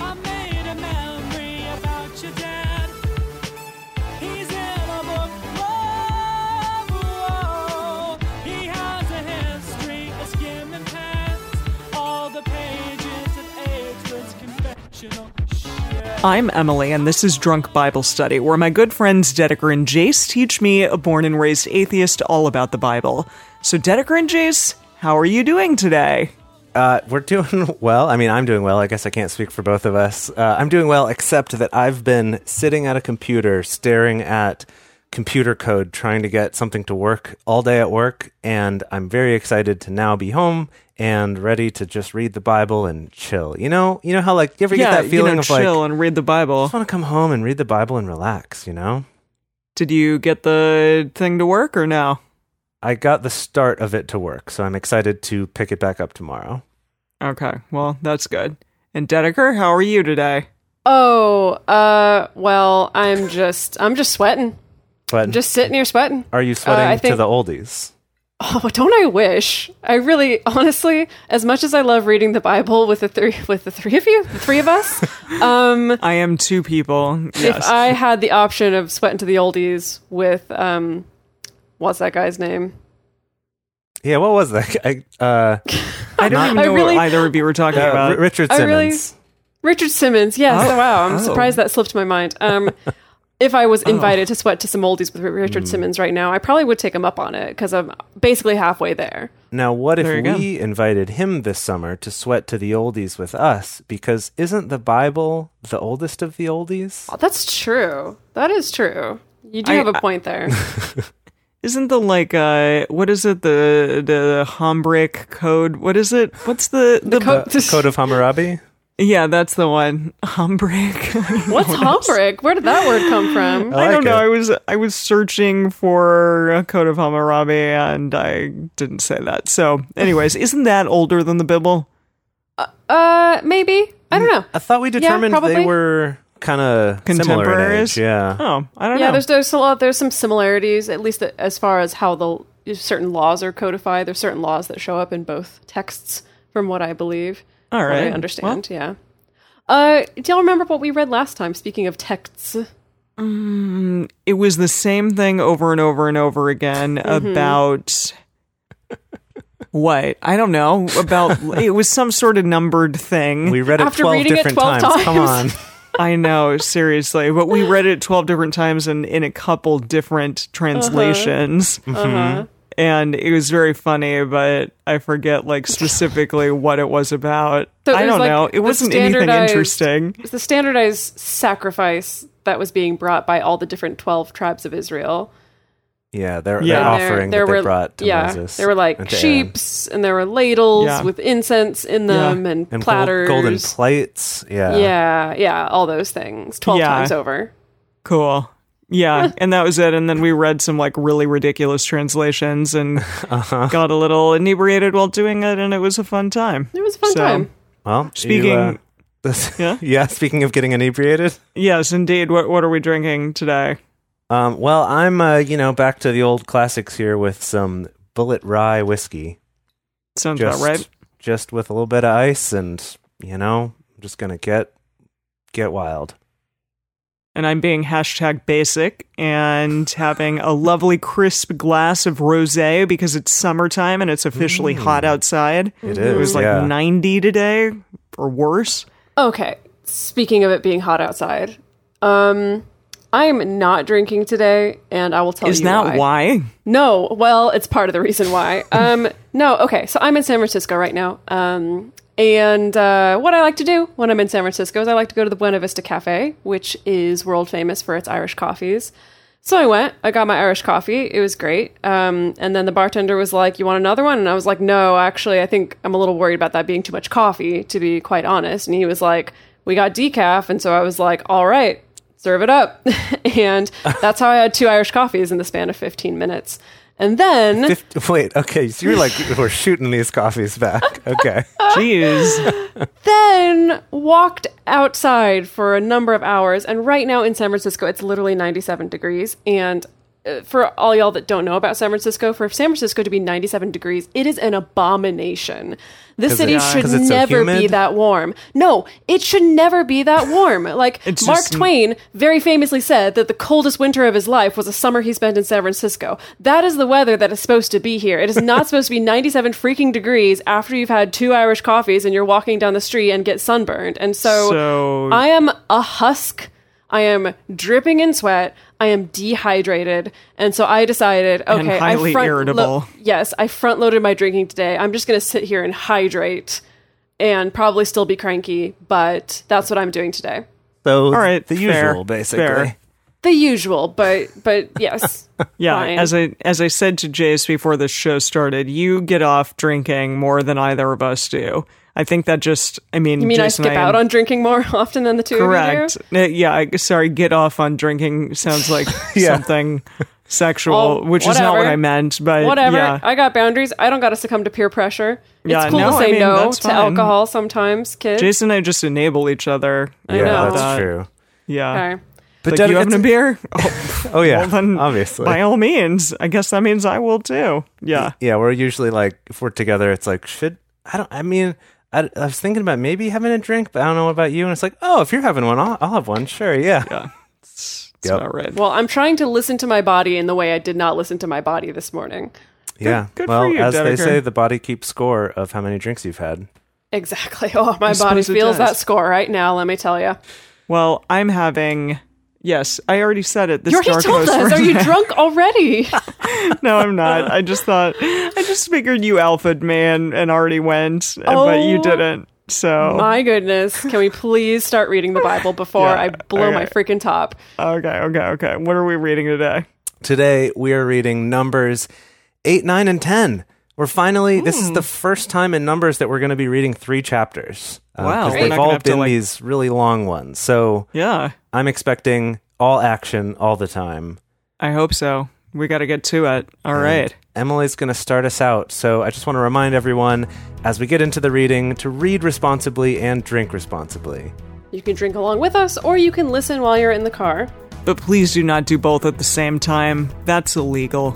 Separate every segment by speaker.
Speaker 1: I made a memory about your dad. He's in a book club. He has a history of skimming past all the pages of Aidsworth's confessional shit.
Speaker 2: I'm Emily, and this is Drunk Bible Study, where my good friends Dedeker and Jace teach me, a born and raised atheist, all about the Bible. So, Dedeker and Jace, how are you doing today?
Speaker 3: Uh, we're doing well. I mean, I'm doing well. I guess I can't speak for both of us. Uh, I'm doing well, except that I've been sitting at a computer, staring at computer code, trying to get something to work all day at work. And I'm very excited to now be home and ready to just read the Bible and chill. You know, you know how like you ever get that feeling
Speaker 2: you know,
Speaker 3: of like,
Speaker 2: chill and read the
Speaker 3: I
Speaker 2: Bible.
Speaker 3: just want to come home and read the Bible and relax. You know,
Speaker 2: Did you get the thing to work or no?
Speaker 3: I got the start of it to work, so I'm excited to pick it back up tomorrow.
Speaker 2: Okay, well, that's good. And Dedeker, how are you today?
Speaker 4: Oh, uh, well, I'm just, I'm just sweating.
Speaker 3: But
Speaker 4: I'm just sitting here sweating.
Speaker 3: are you sweating
Speaker 4: I
Speaker 3: to
Speaker 4: think-
Speaker 3: the oldies?
Speaker 4: Oh, don't I wish? I really, honestly, as much as I love reading the Bible with the three, with the three of you, the three of us, um,
Speaker 2: I am two people.
Speaker 4: if
Speaker 2: Yes.
Speaker 4: I had the option of sweating to the oldies with, um, what's that guy's name?
Speaker 3: Yeah, what was that? I, uh,
Speaker 2: I don't even
Speaker 4: I
Speaker 2: know
Speaker 4: really-
Speaker 2: what either of you were talking
Speaker 3: uh,
Speaker 2: about.
Speaker 3: R- Richard
Speaker 4: I
Speaker 3: Simmons.
Speaker 4: Oh, really- Richard Simmons. Yes.
Speaker 2: Oh.
Speaker 4: wow. I'm
Speaker 2: Oh.
Speaker 4: surprised that slipped my mind. Um, if I was invited to sweat to some oldies with
Speaker 2: Hmm.
Speaker 4: Richard Simmons right now, I probably would take him up on it because I'm basically halfway there.
Speaker 3: Now, what if
Speaker 2: There you go.
Speaker 3: we invited him this summer to sweat to the oldies with us? Because isn't the Bible the oldest of the oldies?
Speaker 4: Oh, That's true. That is true. You do
Speaker 2: I-
Speaker 4: have a point there.
Speaker 2: Isn't the like uh what is it the the Hombrick code? What is it? What's the the,
Speaker 4: Co-
Speaker 3: Code of Hammurabi?
Speaker 2: Yeah, that's the one. Hombrick.
Speaker 4: What's Hombrick? Where did that word come from?
Speaker 2: I don't
Speaker 3: like
Speaker 2: know.
Speaker 3: it.
Speaker 2: I was I was searching for a code of Hammurabi and I didn't say that. So, anyways, isn't that older than the Bible?
Speaker 4: Uh, maybe. I don't know.
Speaker 3: I thought we determined they
Speaker 4: probably.
Speaker 3: were kind of similar in
Speaker 2: Contemporaries?
Speaker 3: age. Yeah.
Speaker 2: Oh, I don't
Speaker 4: Yeah,
Speaker 2: know.
Speaker 4: there's there's a lot. There's some similarities, at least as far as how the certain laws are codified. There's certain laws that show up in both texts, from what I believe.
Speaker 2: All
Speaker 4: what I
Speaker 2: right.
Speaker 4: understand. yeah. Uh, do y'all remember what we read last time? Speaking of texts,
Speaker 2: It was the same thing over and over and over again about what? I don't know. About it was some sort of numbered thing.
Speaker 3: We read it
Speaker 4: After
Speaker 3: 12
Speaker 4: reading it
Speaker 3: different
Speaker 4: 12
Speaker 3: times. Come on.
Speaker 4: times.
Speaker 2: I know, seriously. But we read it 12 different times and in a couple different
Speaker 4: Uh-huh.
Speaker 2: translations. And it was very funny, but I forget like specifically what it was about.
Speaker 4: So it
Speaker 2: I
Speaker 4: was,
Speaker 2: don't
Speaker 4: like,
Speaker 2: know. It
Speaker 4: the
Speaker 2: wasn't anything
Speaker 4: standardized-
Speaker 2: interesting.
Speaker 4: it's the standardized sacrifice that was being brought by all the different twelve tribes of Israel.
Speaker 3: Yeah, their,
Speaker 2: Yeah.
Speaker 3: their
Speaker 2: And
Speaker 4: there-
Speaker 3: offering
Speaker 4: there
Speaker 3: that
Speaker 4: were,
Speaker 3: they brought to
Speaker 4: yeah,
Speaker 3: Moses.
Speaker 4: There were like
Speaker 3: and to Aaron.
Speaker 4: sheeps and there were ladles
Speaker 2: Yeah.
Speaker 4: with incense in them
Speaker 2: Yeah.
Speaker 4: and,
Speaker 3: and gold-
Speaker 4: platters.
Speaker 3: golden plates. Yeah.
Speaker 4: yeah, yeah, all those things. Twelve
Speaker 2: Yeah.
Speaker 4: times over.
Speaker 2: Cool. Yeah, and that was it. And then we read some like really ridiculous translations and
Speaker 4: Uh-huh.
Speaker 2: got a little inebriated while doing it, and it was a fun time.
Speaker 4: It was a fun
Speaker 2: So-
Speaker 4: time.
Speaker 3: Well,
Speaker 2: Speaking-
Speaker 3: You, uh,
Speaker 2: Yeah?
Speaker 3: yeah, speaking of getting inebriated.
Speaker 2: Yes, indeed. What what are we drinking today?
Speaker 3: Um, well, I'm, uh, you know, back to the old classics here with some bullet rye whiskey.
Speaker 2: Sounds
Speaker 3: Just,
Speaker 2: about right.
Speaker 3: just with a little bit of ice, and you know, I'm just gonna get get wild.
Speaker 2: and I'm being hashtag basic and having a lovely crisp glass of rosé because it's summertime and it's officially hot outside.
Speaker 3: Mm. It
Speaker 2: It was
Speaker 3: is,
Speaker 2: like
Speaker 3: yeah.
Speaker 2: 90 today or worse.
Speaker 4: Okay. Speaking of it being hot outside, um, I'm not drinking today, and I will tell
Speaker 2: Is
Speaker 4: Oh, you
Speaker 2: that why?
Speaker 4: No, well, it's part of the reason why. Um, no, okay, so I'm in San Francisco right now. Um, and uh, what I like to do when I'm in San Francisco is I like to go to the Buena Vista Cafe, which is world famous for its Irish coffees. So I went, I got my Irish coffee. It was great. Um, and then the bartender was like, You want another one? And I was like, No, actually, I think I'm a little worried about that being too much coffee, to be quite honest. And he was like, We got decaf. And so I was like, All right. serve it up. and that's how I had two Irish coffees in the span of 15 minutes. And then
Speaker 3: Fif- wait, okay. So you're like, we're shooting these coffees back. Okay.
Speaker 2: Jeez.
Speaker 4: then walked outside for a number of hours. And right now in San Francisco, it's literally 97 degrees. And uh, for all y'all that don't know about San Francisco, for San Francisco to be 97 degrees, it is an abomination. This
Speaker 3: 'Cause
Speaker 4: city
Speaker 3: it-
Speaker 4: should
Speaker 3: 'cause it's so
Speaker 4: never be
Speaker 3: humid?
Speaker 4: that warm. No, it should never be that warm. Like
Speaker 2: It's
Speaker 4: Mark
Speaker 2: just-
Speaker 4: Twain very famously said that the coldest winter of his life was a summer he spent in San Francisco. That is the weather that is supposed to be here. It is not supposed to be 97 freaking degrees after you've had two Irish coffees and you're walking down the street and get sunburned. And so,
Speaker 2: So-
Speaker 4: I am a husk. I am dripping in sweat. I am dehydrated. And so I decided, okay,
Speaker 2: highly
Speaker 4: I front
Speaker 2: irritable.
Speaker 4: yes, I front loaded my drinking today. I'm just going to sit here and hydrate and probably still be cranky, but that's what I'm doing today.
Speaker 3: So all
Speaker 2: right,
Speaker 3: the
Speaker 2: fair,
Speaker 3: usual, basically.
Speaker 2: fair.
Speaker 4: The usual, but but yes.
Speaker 2: Yeah,
Speaker 4: Fine.
Speaker 2: as I as I said to Jace before the show started, you get off drinking more than either of us do. I think that just I mean,
Speaker 4: I mean, I
Speaker 2: Jace and
Speaker 4: skip out
Speaker 2: am-
Speaker 4: on drinking more often than the two
Speaker 2: correct.
Speaker 4: of you.
Speaker 2: Uh, Yeah, I- sorry, get off on drinking sounds like
Speaker 3: Yeah.
Speaker 2: something sexual,
Speaker 4: Well,
Speaker 2: which is not what
Speaker 4: Oh, whatever.
Speaker 2: I meant, but
Speaker 4: do. Whatever.
Speaker 2: yeah.
Speaker 4: I got boundaries. I don't got to succumb to peer pressure.
Speaker 2: Yeah,
Speaker 4: it's cool
Speaker 2: no,
Speaker 4: to
Speaker 2: I
Speaker 4: say
Speaker 2: mean,
Speaker 4: no
Speaker 2: that's
Speaker 4: to
Speaker 2: fine.
Speaker 4: alcohol sometimes, kids.
Speaker 2: Jason and I just enable each other.
Speaker 4: I
Speaker 3: Yeah,
Speaker 4: know.
Speaker 3: that's
Speaker 2: That-
Speaker 3: true.
Speaker 2: Yeah.
Speaker 4: Okay.
Speaker 2: But
Speaker 3: that-
Speaker 2: like, you having a
Speaker 3: it's-
Speaker 2: beer? Oh,
Speaker 3: Oh yeah,
Speaker 2: well, then
Speaker 3: obviously.
Speaker 2: By all means. I guess that means I will too. Yeah.
Speaker 3: yeah, we're usually like if we're together, it's like should I don't. I mean, I, I was thinking about maybe having a drink, but I don't know about you. And it's like, oh, if you're having one, I'll, I'll have one. Sure, yeah.
Speaker 2: It's
Speaker 3: Yep.
Speaker 2: about right.
Speaker 4: Well, I'm trying to listen to my body in the way I did not listen to my body this morning.
Speaker 3: Yeah.
Speaker 2: good for
Speaker 3: well,
Speaker 2: you,
Speaker 3: as they
Speaker 2: Dedeker.
Speaker 3: say, the body keeps score of how many drinks you've had.
Speaker 4: Exactly. Oh, my body
Speaker 2: suppose it
Speaker 4: feels
Speaker 2: does.
Speaker 4: that score right now. Let me tell you.
Speaker 2: Well, I'm having. Yes, I already said it. This
Speaker 4: You already
Speaker 2: dark
Speaker 4: told
Speaker 2: roast
Speaker 4: us. Are
Speaker 2: version-
Speaker 4: you drunk already?
Speaker 2: no, I'm not. I just thought. I just figured you alphaed me and, and already went, and- but you
Speaker 4: Oh.
Speaker 2: didn't. So
Speaker 4: my goodness. Can we please start reading the Bible before
Speaker 2: Yeah,
Speaker 4: I blow my
Speaker 2: okay.
Speaker 4: freaking top?
Speaker 2: okay, okay, okay. What are we reading today?
Speaker 3: Today we are reading numbers eight, nine, and ten. We're finally. This is
Speaker 2: Hmm.
Speaker 3: the first time in numbers that we're going to be reading three chapters. uh,
Speaker 2: Wow.
Speaker 3: 'cause
Speaker 2: Great. We're
Speaker 3: they've
Speaker 2: not gonna
Speaker 3: all
Speaker 2: have to,
Speaker 3: been
Speaker 2: like-
Speaker 3: these really long ones. So
Speaker 2: Yeah,
Speaker 3: I'm expecting all action all the time.
Speaker 2: I hope so. We got to get to it. All right.
Speaker 3: Emily's going to start us out. So I just want to remind everyone as we get into the reading to read responsibly and drink responsibly.
Speaker 4: You can drink along with us, or you can listen while you're in the car.
Speaker 2: But please do not do both at the same time. That's illegal.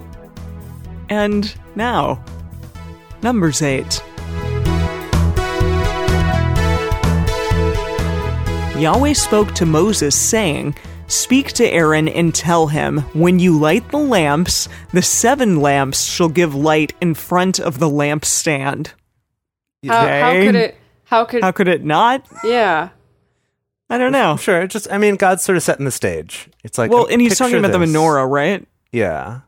Speaker 2: And now, numbers eight. Yahweh spoke to Moses, saying, Speak to Aaron and tell him, When you light the lamps, the seven lamps shall give light in front of the lampstand.
Speaker 4: How, how
Speaker 2: Okay.
Speaker 4: could it? How could?
Speaker 2: How could it not?
Speaker 4: yeah.
Speaker 2: I don't know.
Speaker 3: Oh, Sure, it just I mean God's sort of setting the stage. It's like um,
Speaker 2: Well, and he's
Speaker 3: picture
Speaker 2: talking about the
Speaker 3: this.
Speaker 2: menorah, right?
Speaker 3: Yeah.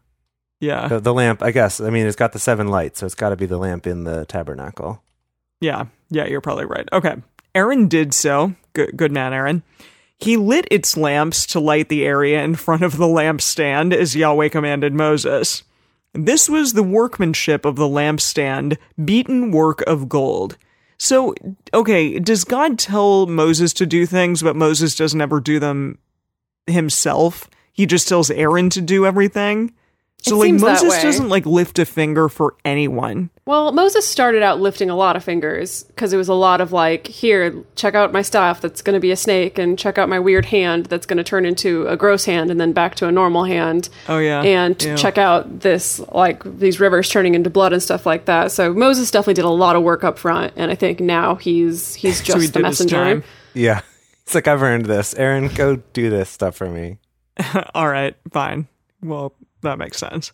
Speaker 2: Yeah.
Speaker 3: The, the lamp, I guess. I mean, it's got the seven lights, so it's got to be the lamp in the tabernacle.
Speaker 2: Yeah, yeah, you're probably right. Okay. Aaron did so. Good, good man, Aaron. He lit its lamps to light the area in front of the lampstand as Yahweh commanded Moses. This was the workmanship of the lampstand, beaten work of gold. So, okay, does God tell Moses to do things, but Moses doesn't ever do them himself? He just tells Aaron to do everything? So, like,
Speaker 4: seems that
Speaker 2: Moses
Speaker 4: way.
Speaker 2: doesn't, like, lift a finger for anyone.
Speaker 4: Well, Moses started out lifting a lot of fingers because it was a lot of like, here, check out my staff that's going to be a snake, and check out my weird hand that's going to turn into a gross hand and then back to a normal hand.
Speaker 2: Oh, yeah.
Speaker 4: And to
Speaker 2: Yeah.
Speaker 4: check out this, like, these rivers turning into blood and stuff like that. So Moses definitely did a lot of work up front, and I think now he's he's just
Speaker 2: he
Speaker 4: the
Speaker 2: did his
Speaker 4: messenger.
Speaker 2: time.
Speaker 3: Yeah. It's like I've earned this. Aaron, go do this stuff for me.
Speaker 2: All right, fine. Well, that makes sense.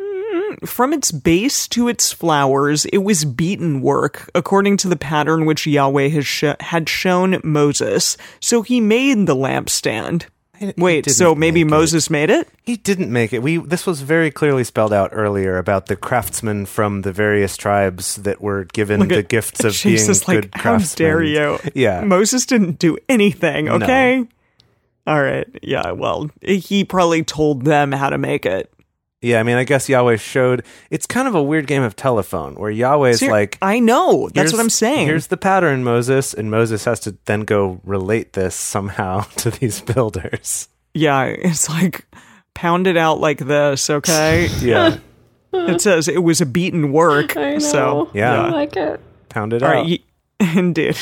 Speaker 2: Mm, From its base to its flowers, it was beaten work, according to the pattern which Yahweh has sho had shown Moses. So he made the lampstand.
Speaker 3: I- I
Speaker 2: Wait,
Speaker 3: didn't
Speaker 2: so maybe
Speaker 3: make it.
Speaker 2: Moses made it?
Speaker 3: He didn't make it. We this was very clearly spelled out earlier about the craftsmen from the various tribes that were given the
Speaker 2: at-
Speaker 3: gifts of
Speaker 2: Jesus,
Speaker 3: being
Speaker 2: like,
Speaker 3: good
Speaker 2: how
Speaker 3: craftsmen.
Speaker 2: dare you?
Speaker 3: Yeah.
Speaker 2: Moses didn't do anything, okay? All right. Yeah, well, he probably told them how to make it.
Speaker 3: Yeah, I mean, I guess Yahweh showed. It's kind of a weird game of telephone where Yahweh's
Speaker 2: Ser-
Speaker 3: like,
Speaker 2: I know. That's what
Speaker 3: "Here's-
Speaker 2: I'm saying.
Speaker 3: Here's the pattern, Moses, and Moses has to then go relate this somehow to these builders.
Speaker 2: yeah, it's like pound it out like this, okay?
Speaker 3: Yeah,
Speaker 2: it says it was a beaten work.
Speaker 4: I know.
Speaker 2: So
Speaker 3: Yeah.
Speaker 4: I like it.
Speaker 3: pound it
Speaker 2: All
Speaker 3: out.
Speaker 2: right, ye- indeed.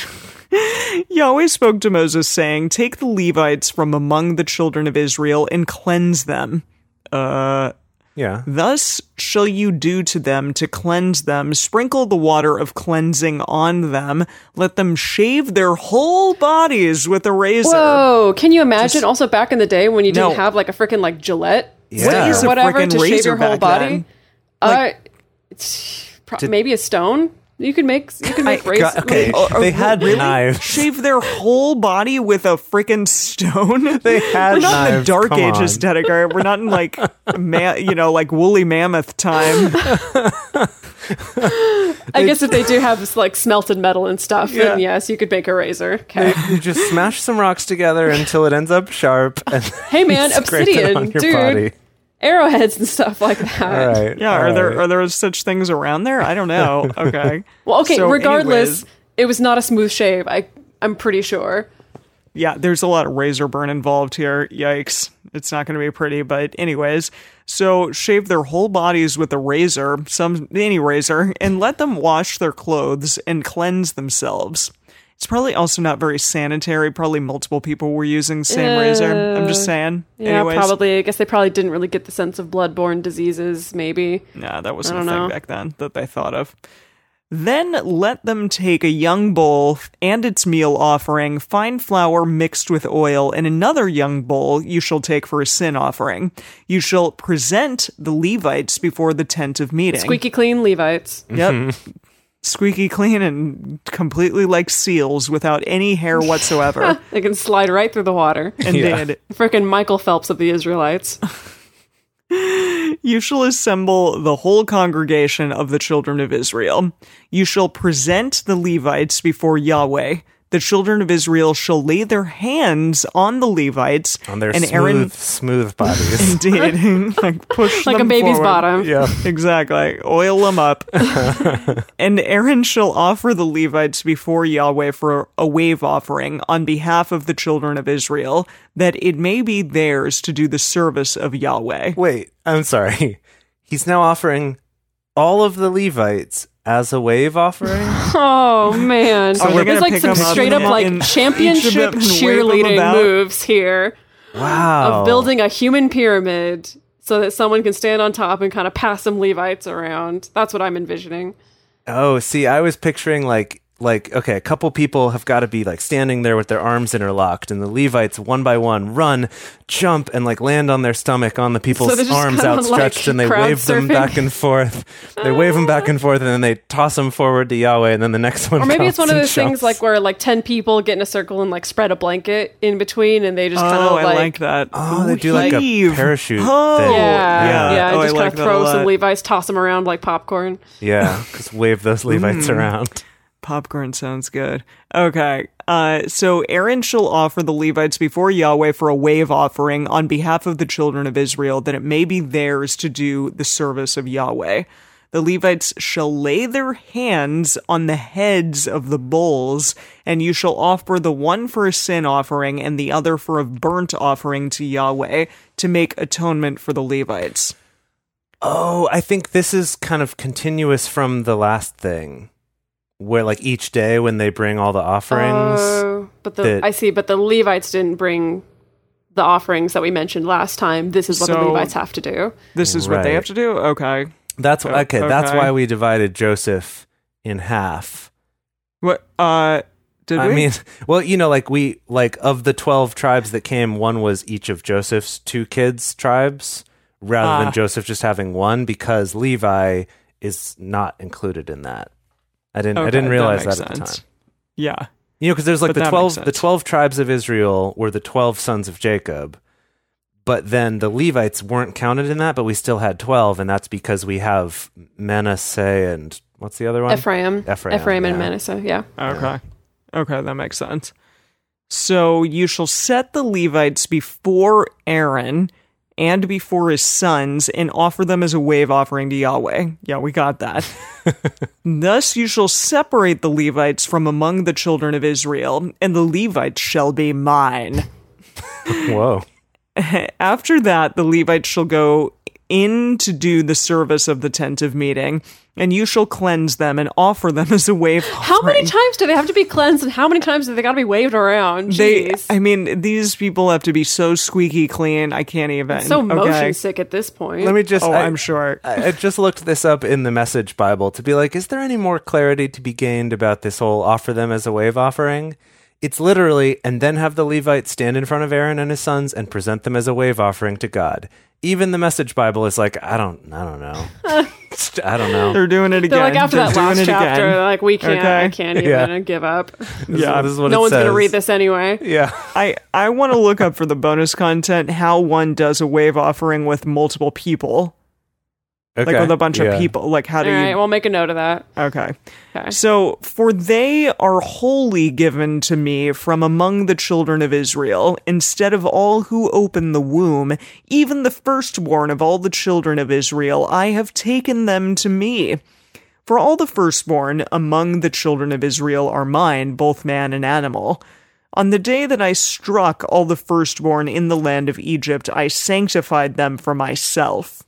Speaker 2: Yahweh spoke to Moses, saying, Take the Levites from among the children of Israel and cleanse them. Uh,
Speaker 3: yeah,
Speaker 2: Thus shall you do to them to cleanse them. Sprinkle the water of cleansing on them. Let them shave their whole bodies with a razor.
Speaker 4: Whoa! Can you imagine? also, back in the day when you didn't
Speaker 2: No.
Speaker 4: have like a freaking like Gillette,
Speaker 3: Yeah. What is
Speaker 4: or
Speaker 3: a
Speaker 4: whatever
Speaker 2: frickin'
Speaker 4: to shave
Speaker 2: razor
Speaker 4: your whole
Speaker 2: back
Speaker 4: body.
Speaker 2: then?
Speaker 4: uh, it's pro- maybe a stone. You could make you could make razor.
Speaker 3: God, okay.
Speaker 4: like,
Speaker 3: they had knives.
Speaker 2: Shave their whole body with a freaking stone.
Speaker 3: They had
Speaker 2: We're not in the
Speaker 3: knives.
Speaker 2: dark
Speaker 3: Come
Speaker 2: ages,
Speaker 3: on.
Speaker 2: Dedek. all right? We're not in like, ma- you know, like woolly mammoth time.
Speaker 4: I guess if they do have like smelted metal and stuff, then
Speaker 3: Yeah.
Speaker 4: yes, you could make a razor. Okay.
Speaker 3: you just smash some rocks together until it ends up sharp. And
Speaker 4: Hey man,
Speaker 3: scrape it
Speaker 4: obsidian,
Speaker 3: on your
Speaker 4: dude,
Speaker 3: body.
Speaker 4: arrowheads and stuff like
Speaker 3: All
Speaker 4: that.
Speaker 3: right.
Speaker 2: Yeah,
Speaker 3: all
Speaker 2: are there
Speaker 3: right.
Speaker 2: are there such things around there? I don't know. Okay.
Speaker 4: Well, okay.
Speaker 2: So
Speaker 4: regardless,
Speaker 2: anyways,
Speaker 4: it was not a smooth shave. I I'm pretty sure.
Speaker 2: yeah, there's a lot of razor burn involved here. Yikes. It's not going to be pretty, but anyways. So, shave their whole bodies with a razor, some any razor, and let them wash their clothes and cleanse themselves. It's probably also not very sanitary. Probably multiple people were using the same razor. I'm just saying.
Speaker 4: Yeah,
Speaker 2: anyways.
Speaker 4: probably. I guess they probably didn't really get the sense of bloodborne diseases. Maybe.
Speaker 2: Nah, that wasn't a
Speaker 4: don't
Speaker 2: thing
Speaker 4: know.
Speaker 2: back then that they thought of. Then let them take a young bull and its meal offering, fine flour mixed with oil, and another young bull you shall take for a sin offering. You shall present the Levites before the tent of meeting.
Speaker 4: Squeaky clean Levites.
Speaker 2: Yep. Squeaky clean and completely like seals without any hair whatsoever.
Speaker 4: They can slide right through the water.
Speaker 2: And
Speaker 3: Yeah.
Speaker 2: did
Speaker 4: Frickin' Michael Phelps of the Israelites.
Speaker 2: You shall assemble the whole congregation of the children of Israel. You shall present the Levites before Yahweh. The children of Israel shall lay their hands on the Levites
Speaker 3: on their
Speaker 2: and
Speaker 3: smooth,
Speaker 2: Aaron
Speaker 3: smooth bodies.
Speaker 2: did like push
Speaker 4: Like a
Speaker 2: them
Speaker 4: baby's
Speaker 2: forward.
Speaker 4: bottom.
Speaker 3: yeah.
Speaker 2: Exactly. Oil them up. and Aaron shall offer the Levites before Yahweh for a wave offering on behalf of the children of Israel, that it may be theirs to do the service of Yahweh.
Speaker 3: Wait, I'm sorry. He's now offering all of the Levites as a wave offering.
Speaker 4: Oh man.
Speaker 2: So we're gonna
Speaker 4: There's like
Speaker 2: pick
Speaker 4: some
Speaker 2: them up
Speaker 4: straight up
Speaker 2: and-
Speaker 4: like
Speaker 2: and each of
Speaker 4: championship
Speaker 2: them and wave them
Speaker 4: cheerleading
Speaker 2: about?
Speaker 4: moves here
Speaker 3: Wow.
Speaker 4: of building a human pyramid so that someone can stand on top and kind of pass some Levites around. That's what I'm envisioning.
Speaker 3: Oh, see, I was picturing like like okay, a couple people have got to be like standing there with their arms interlocked, and the Levites one by one run, jump, and like land on their stomach on the people's
Speaker 4: they're just
Speaker 3: arms
Speaker 4: kinda, like,
Speaker 3: outstretched, and they
Speaker 4: crowd
Speaker 3: wave them
Speaker 4: surfing.
Speaker 3: back and forth. They wave them back and forth, and then they toss them forward to Yahweh, and then the next one.
Speaker 4: Or maybe it's
Speaker 3: comes
Speaker 4: one of
Speaker 3: and
Speaker 4: those things
Speaker 3: jumps.
Speaker 4: like where like 10 people get in a circle and like spread a blanket in between and they just kind of
Speaker 2: Oh, I
Speaker 4: like,
Speaker 2: like that.
Speaker 3: oh, they do like
Speaker 2: Heave.
Speaker 3: a parachute
Speaker 2: Oh.
Speaker 3: thing.
Speaker 4: Yeah, yeah,
Speaker 2: Yeah. Oh, I
Speaker 4: just kind
Speaker 2: like
Speaker 4: of
Speaker 2: that a
Speaker 4: throw some
Speaker 2: lot.
Speaker 4: Levi's, toss them around like popcorn.
Speaker 3: yeah, just wave those Levites around.
Speaker 2: Popcorn sounds good. Okay. Uh, so Aaron shall offer the Levites before Yahweh for a wave offering on behalf of the children of Israel, that it may be theirs to do the service of Yahweh. The Levites shall lay their hands on the heads of the bulls, and you shall offer the one for a sin offering and the other for a burnt offering to Yahweh to make atonement for the Levites.
Speaker 3: Oh, I think this is kind of continuous from the last thing, where like each day when they bring all the offerings.
Speaker 4: Oh, but the
Speaker 3: that-
Speaker 4: I see, but the Levites didn't bring the offerings that we mentioned last time. This is what the
Speaker 2: So-
Speaker 4: Levites have to do.
Speaker 2: This is what they
Speaker 3: Right.
Speaker 2: have to do? Okay.
Speaker 3: That's okay, That's
Speaker 2: Oh, okay.
Speaker 3: why we divided Joseph in half.
Speaker 2: What, uh, did
Speaker 3: I
Speaker 2: we?
Speaker 3: mean, well, you know, like we like of the twelve tribes that came, one was each of Joseph's two kids' tribes, rather
Speaker 2: Ah.
Speaker 3: than Joseph just having one, because Levi is not included in that. I didn't. I
Speaker 2: Okay,
Speaker 3: didn't realize
Speaker 2: makes
Speaker 3: that, at the
Speaker 2: sense.
Speaker 3: time.
Speaker 2: Yeah.
Speaker 3: You know, because there's like
Speaker 2: But
Speaker 3: the
Speaker 2: that
Speaker 3: twelve
Speaker 2: makes
Speaker 3: the
Speaker 2: sense.
Speaker 3: twelve tribes of Israel were the twelve sons of Jacob, but then the Levites weren't counted in that, but we still had twelve, and that's because we have Manasseh and what's the other one?
Speaker 4: Ephraim,
Speaker 3: um, Ephraim,
Speaker 4: and
Speaker 3: yeah.
Speaker 4: Manasseh. Yeah,
Speaker 2: Okay. Okay, that makes sense. So you shall set the Levites before Aaron, and before his sons and offer them as a wave offering to Yahweh. Yeah, we got that. Thus you shall separate the Levites from among the children of Israel, and the Levites shall be mine.
Speaker 3: Whoa.
Speaker 2: After that, the Levites shall go in to do the service of the tent of meeting, and you shall cleanse them and offer them as a wave offering.
Speaker 4: How many times do they have to be cleansed, and how many times do they got to be waved around?
Speaker 2: They,
Speaker 4: Jeez.
Speaker 2: I mean, these people have to be so squeaky clean. I can't even.
Speaker 4: so
Speaker 2: okay.
Speaker 4: motion sick at this point.
Speaker 3: Let me just.
Speaker 2: Oh,
Speaker 3: I,
Speaker 2: I'm sure.
Speaker 3: I I just looked this up in the Message Bible to be like, is there any more clarity to be gained about this whole offer them as a wave offering? It's literally, and then have the Levites stand in front of Aaron and his sons and present them as a wave offering to God. Even the Message Bible is like, I don't, I don't know, I don't know.
Speaker 2: They're doing it again.
Speaker 4: They're like after
Speaker 2: They're
Speaker 4: that
Speaker 2: doing
Speaker 4: last
Speaker 2: it again.
Speaker 4: chapter, like we can't,
Speaker 2: Okay.
Speaker 4: I can't even
Speaker 3: Yeah.
Speaker 4: give up.
Speaker 3: This is-
Speaker 2: yeah.
Speaker 3: this is what
Speaker 4: no
Speaker 3: it
Speaker 4: one's gonna
Speaker 3: says.
Speaker 4: read this anyway.
Speaker 3: Yeah,
Speaker 2: I, I want to look up for the bonus content how one does a wave offering with multiple people,
Speaker 3: okay.
Speaker 2: like with a bunch
Speaker 3: Yeah.
Speaker 2: of people. Like how do
Speaker 4: All
Speaker 2: you?
Speaker 4: right, we'll make a note of that.
Speaker 2: okay.
Speaker 4: Okay.
Speaker 2: So for they are wholly given to me from among the children of Israel, instead of all who open the womb, even the firstborn of all the children of Israel, I have taken them to me. For all the firstborn among the children of Israel are mine, both man and animal. On the day that I struck all the firstborn in the land of Egypt, I sanctified them for myself.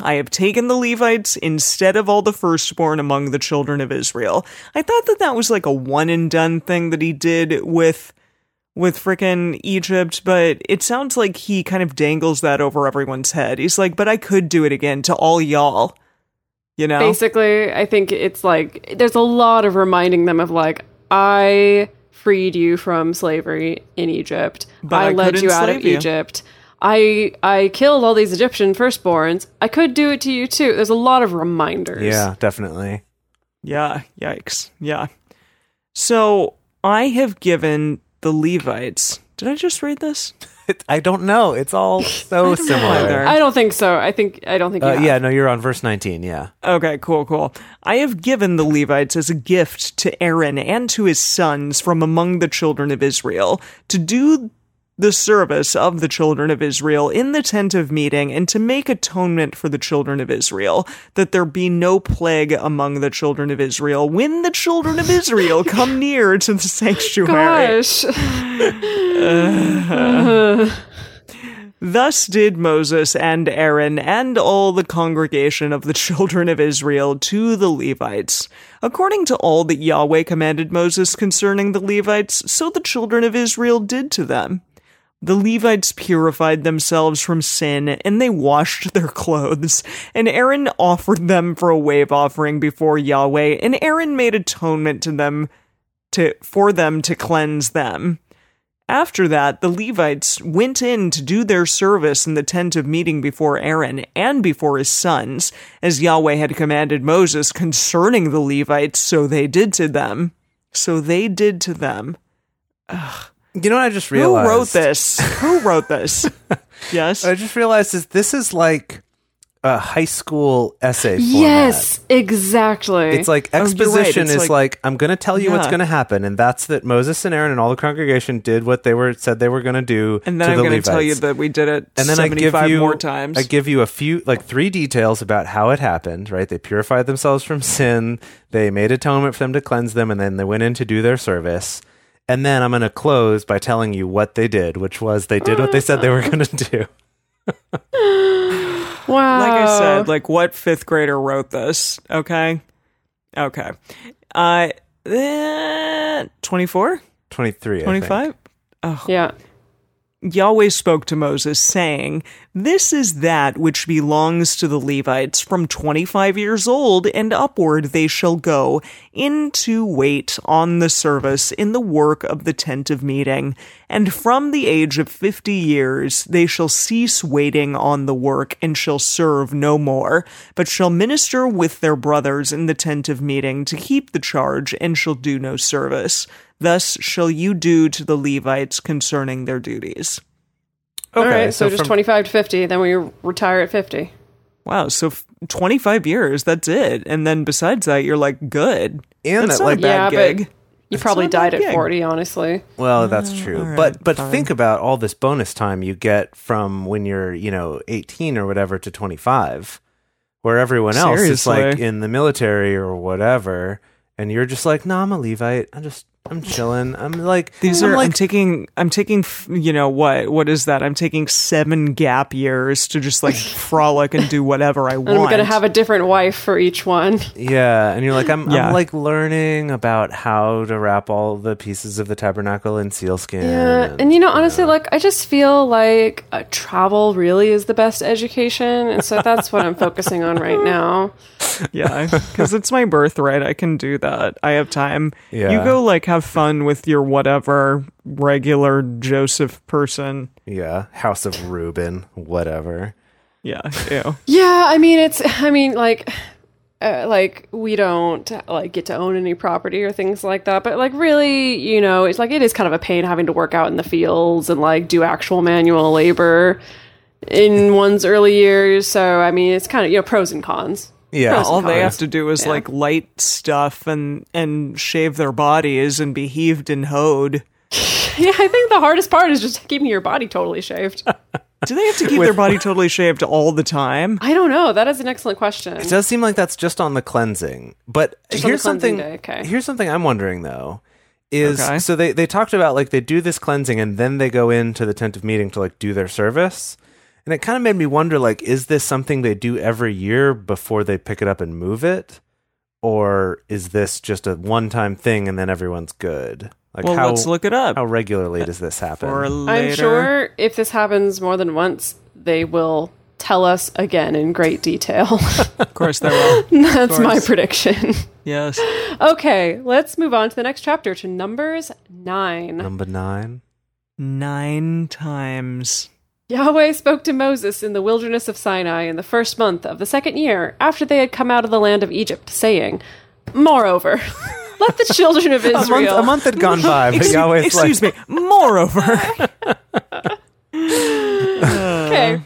Speaker 2: I have taken the Levites instead of all the firstborn among the children of Israel. I thought that that was like a one and done thing that he did with with frickin' Egypt, but it sounds like he kind of dangles that over everyone's head. He's like, "But I could do it again to all y'all." You know?
Speaker 4: Basically, I think it's like there's a lot of reminding them of like I freed you from slavery in Egypt.
Speaker 2: But I
Speaker 4: led
Speaker 2: couldn't
Speaker 4: you out of
Speaker 2: slave you."
Speaker 4: Egypt. I I killed all these Egyptian firstborns. I could do it to you too. There's a lot of reminders.
Speaker 3: yeah, definitely.
Speaker 2: Yeah, yikes. Yeah. So, I have given the Levites. Did I just read this?
Speaker 3: It, I don't know. It's all so similar.
Speaker 2: either.
Speaker 4: I don't think so. I think I don't think you
Speaker 3: Uh,
Speaker 4: have.
Speaker 3: yeah, no, you're on verse 19. Yeah.
Speaker 2: Okay, cool, cool. I have given the Levites as a gift to Aaron and to his sons from among the children of Israel to do the service of the children of Israel in the tent of meeting and to make atonement for the children of Israel, that there be no plague among the children of Israel when the children of Israel come near to the sanctuary.
Speaker 4: Gosh.
Speaker 2: Thus did Moses and Aaron and all the congregation of the children of Israel to the Levites, according to all that Yahweh commanded Moses concerning the Levites, so the children of Israel did to them. The Levites purified themselves from sin, and they washed their clothes. And Aaron offered them for a wave offering before Yahweh, and Aaron made atonement to them to for them to cleanse them. After that, the Levites went in to do their service in the tent of meeting before Aaron and before his sons, as Yahweh had commanded Moses concerning the Levites, so they did to them. So they did to them.
Speaker 3: You know what I just realized? Uh,
Speaker 2: Who wrote this? Who wrote this? yes.
Speaker 3: I just realized is this is like a high school essay format.
Speaker 4: Yes, exactly.
Speaker 3: It's like
Speaker 2: Oh, you're right.
Speaker 3: exposition
Speaker 2: It's
Speaker 3: is
Speaker 2: like-
Speaker 3: like, I'm going to tell you what's
Speaker 2: Yeah.
Speaker 3: going to happen, and that's that Moses and Aaron and all the congregation did what they were said they were going to do.
Speaker 2: and then
Speaker 3: to
Speaker 2: I'm
Speaker 3: the
Speaker 2: going to tell you
Speaker 3: Levites.
Speaker 2: that we did it
Speaker 3: and then I give
Speaker 2: 75
Speaker 3: you
Speaker 2: more times.
Speaker 3: I give you a few like three details about how it happened. Right, they purified themselves from sin. They made atonement for them to cleanse them, and then they went in to do their service. And then I'm going to close by telling you what they did, which was they did what they said they were going to do.
Speaker 4: wow.
Speaker 2: like I
Speaker 4: Oh.
Speaker 2: said, like what fifth grader wrote this? Okay. Okay. Uh, eh, 24?
Speaker 3: Twenty three,
Speaker 2: 25?
Speaker 4: yeah.
Speaker 2: Yahweh spoke to Moses, saying, This is that which belongs to the Levites. From 25 years old and upward they shall go in to wait on the service in the work of the tent of meeting. And from the age of 50 years they shall cease waiting on the work and shall serve no more, but shall minister with their brothers in the tent of meeting to keep the charge and shall do no service. Thus shall you do to the Levites concerning their duties.
Speaker 3: Okay,
Speaker 4: All right, so, just
Speaker 3: from-
Speaker 4: 25 to 50, then we retire at 50.
Speaker 2: Wow, so f- 25 years, that's it. And then besides that, you're like, good.
Speaker 3: And
Speaker 2: that's
Speaker 3: that,
Speaker 2: not
Speaker 3: like-
Speaker 2: a bad
Speaker 4: Yeah, but-
Speaker 2: gig.
Speaker 4: You probably
Speaker 2: not a bad
Speaker 4: died at
Speaker 2: gig.
Speaker 4: 40, honestly.
Speaker 3: Well, that's true.
Speaker 2: Mm, all right,
Speaker 3: but but
Speaker 2: fine.
Speaker 3: think about all this bonus time you get from when you're, you know, 18 or whatever to 25 where everyone else is like
Speaker 2: Seriously.
Speaker 3: in the military or whatever and you're just like, "No, I'm a Levite. I'm just I'm chilling. I'm like
Speaker 4: Hmm,
Speaker 2: These
Speaker 3: I'm
Speaker 2: are um, I'm
Speaker 3: like
Speaker 2: taking I'm taking f- you know what what is that I'm taking seven gap years to just like frolic and do whatever I want.
Speaker 4: And I'm going to have a different wife for each one.
Speaker 3: yeah, and you're like I'm,
Speaker 2: Yeah.
Speaker 3: I'm like learning about how to wrap all the pieces of the tabernacle in sealskin.
Speaker 4: Yeah, and you know, honestly, like I just feel like uh, travel really is the best education, and so that's what I'm focusing on right now.
Speaker 2: yeah because it's my birthright i can do that i have time you
Speaker 3: Yeah.
Speaker 2: go like have fun with your whatever regular joseph person
Speaker 3: yeah, House of Reuben, whatever.
Speaker 2: yeah ew.
Speaker 4: Yeah, I mean, it's I mean, like, uh, like we don't like get to own any property or things like that, but like really, you know, it's like it is kind of a pain having to work out in the fields and like do actual manual labor in one's early years. So I mean, it's kind of you know pros and cons.
Speaker 3: Yeah,
Speaker 4: Pros and
Speaker 2: all they
Speaker 4: cons.
Speaker 2: have to do is like light stuff and and shave their bodies and be heaved and hoed
Speaker 4: Yeah, I think the hardest part is just keeping your body totally shaved.
Speaker 2: do they have to keep their body totally shaved all the time
Speaker 4: I don't know. That is an excellent question.
Speaker 3: It does seem like that's just on the cleansing. But
Speaker 4: Just on the
Speaker 3: here's
Speaker 4: cleansing
Speaker 3: something.
Speaker 4: day, okay.
Speaker 3: Here's something I'm wondering though. Is
Speaker 2: Okay.
Speaker 3: so they they talked about like they do this cleansing and then they go into the tent of meeting to like do their service. And it kind of made me wonder like is this something they do every year before they pick it up and move it or is this just a one-time thing and then everyone's good? Like
Speaker 2: well
Speaker 3: how
Speaker 2: let's look it up
Speaker 3: how regularly does this happen?
Speaker 2: or later
Speaker 4: I'm sure if this happens more than once, they will tell us again in great detail.
Speaker 2: of course there will
Speaker 4: That's my
Speaker 2: course.
Speaker 4: prediction.
Speaker 2: yes
Speaker 4: okay, let's move on to the next chapter to Numbers 9.
Speaker 3: Number 9.
Speaker 2: nine times
Speaker 4: Yahweh spoke to Moses in the wilderness of Sinai in the first month of the second year after they had come out of the land of Egypt, saying, Moreover, let the children of Israel.
Speaker 3: A month, a month had gone by, but
Speaker 2: excuse,
Speaker 3: Yahweh's like
Speaker 2: excuse me moreover Uh.
Speaker 4: Okay.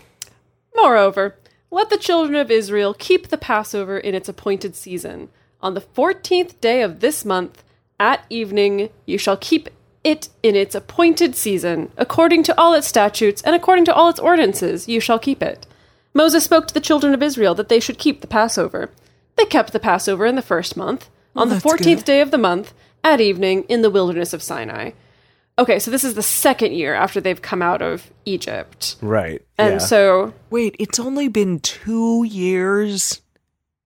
Speaker 4: Moreover, let the children of Israel keep the Passover in its appointed season. On the fourteenth day of this month, at evening, you shall keep it in its appointed season, according to all its statutes and according to all its ordinances, you shall keep it. Moses spoke to the children of Israel that they should keep the Passover. They kept the Passover in the first month, on the
Speaker 2: that's
Speaker 4: 14th
Speaker 2: good.
Speaker 4: day of the month, at evening, in the wilderness of Sinai. Okay, so this is the second year after they've come out of Egypt.
Speaker 3: right.
Speaker 4: And
Speaker 3: yeah.
Speaker 4: so,
Speaker 2: Wait, it's only been two years.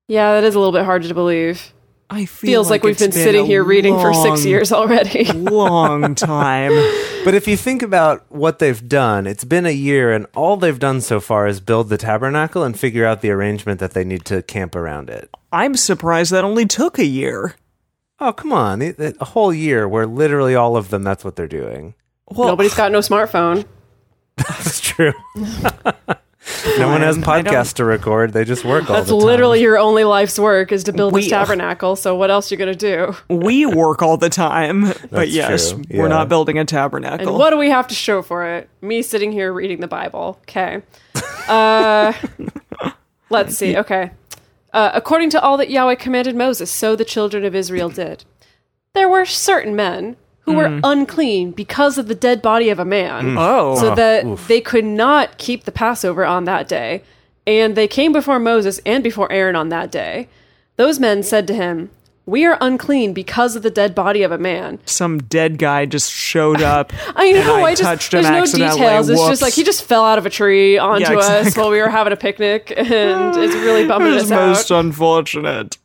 Speaker 4: yeah, that is a little bit hard to believe.
Speaker 2: I feel
Speaker 4: Feels like, we've
Speaker 2: it's
Speaker 4: been, sitting
Speaker 2: a
Speaker 4: here reading for six
Speaker 2: long,
Speaker 4: years already.
Speaker 2: Long time.
Speaker 3: But if you think about what they've done, it's been a year, and all they've done so far is build the tabernacle and figure out the arrangement that they need to camp around it.
Speaker 2: I'm surprised that only took a year.
Speaker 3: Oh, come on. It- it- A whole year where literally all of them, that's what they're doing.
Speaker 2: Well,
Speaker 4: Nobody's got no smartphone.
Speaker 3: That's true. no one has
Speaker 2: Fine, I don't-
Speaker 3: podcasts to record. They just work all
Speaker 4: That's
Speaker 3: the time.
Speaker 4: literally your only life's work is to build
Speaker 2: We-
Speaker 4: this tabernacle. So what else you gonna do?
Speaker 2: we work all the time, but
Speaker 3: That's
Speaker 2: yes,
Speaker 3: true,
Speaker 2: we're
Speaker 3: yeah.
Speaker 2: not building a
Speaker 4: And
Speaker 2: tabernacle.
Speaker 4: what do we have to show for it? Me sitting here reading the Bible. Okay. Uh, let's see. Okay. Uh, according to all that Yahweh commanded Moses, so the children of Israel did. There were certain men who were unclean because of the dead body of a man.
Speaker 2: oh,
Speaker 4: so that they could not keep the Passover on that day. And they came before Moses and before Aaron on that day. Those men said to him, We are unclean because of the dead body of a man.
Speaker 2: some dead guy just showed up.
Speaker 4: I know.
Speaker 2: I
Speaker 4: I, just
Speaker 2: touched him
Speaker 4: there's no
Speaker 2: accidentally.
Speaker 4: details. It's
Speaker 2: Whoops.
Speaker 4: just like he just fell out of a tree onto
Speaker 2: Yeah,
Speaker 4: us
Speaker 2: exactly.
Speaker 4: while we were having a picnic, and it's really
Speaker 2: it
Speaker 4: bumming
Speaker 2: was
Speaker 4: us out.
Speaker 2: most unfortunate.